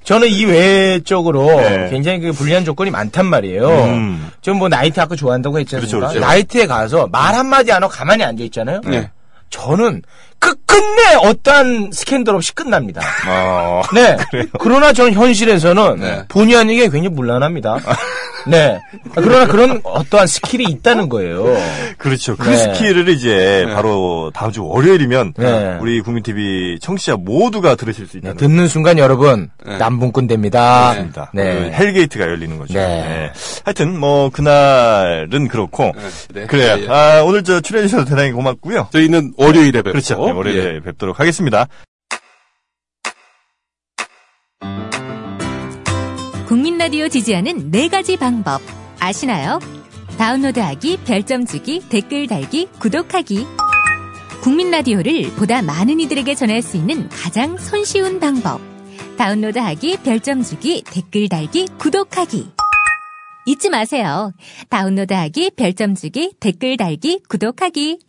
Speaker 6: 저는 이 외적으로
Speaker 2: 네.
Speaker 6: 굉장히 그 불리한 조건이 많단 말이에요.
Speaker 2: 음.
Speaker 6: 좀 뭐 나이트 아까 좋아한다고 했잖아요.
Speaker 2: 그렇죠, 그렇죠.
Speaker 6: 나이트에 가서 말 한마디 안 하고 가만히 앉아 있잖아요.
Speaker 5: 네.
Speaker 6: 저는 그 끝끝내 어떠한 스캔들 없이 끝납니다.
Speaker 2: 어,
Speaker 6: 네. 그러나 저는 현실에서는
Speaker 5: 네.
Speaker 6: 본의 아니게 굉장히 문란합니다. 네. 그러나 그런 어떠한 스킬이 있다는 거예요.
Speaker 2: 그렇죠. 그
Speaker 6: 네.
Speaker 2: 스킬을 이제 바로 다음 주 월요일이면
Speaker 6: 네.
Speaker 2: 우리 국민TV 청취자 모두가 들으실 수 있는
Speaker 6: 듣는 순간 여러분 남봉꾼 됩니다.
Speaker 2: 있습니다. 그
Speaker 6: 네.
Speaker 2: 헬게이트가 열리는 거죠.
Speaker 6: 네.
Speaker 2: 네. 하여튼 뭐 그날은 그렇고
Speaker 5: 네, 네.
Speaker 2: 그래요.
Speaker 5: 예, 예.
Speaker 2: 아, 오늘 저 출연해 주셔서 대단히 고맙고요.
Speaker 5: 저희는 월요일에 뵙고. 예.
Speaker 2: 그렇죠. 네, 월요일에 뵙도록 하겠습니다.
Speaker 3: 국민 라디오 지지하는 네 가지 방법 아시나요? 다운로드하기, 별점 주기, 댓글 달기, 구독하기. 국민 라디오를 보다 많은 이들에게 전할 수 있는 가장 손쉬운 방법. 다운로드하기, 별점 주기, 댓글 달기, 구독하기. 잊지 마세요. 다운로드하기, 별점 주기, 댓글 달기, 구독하기.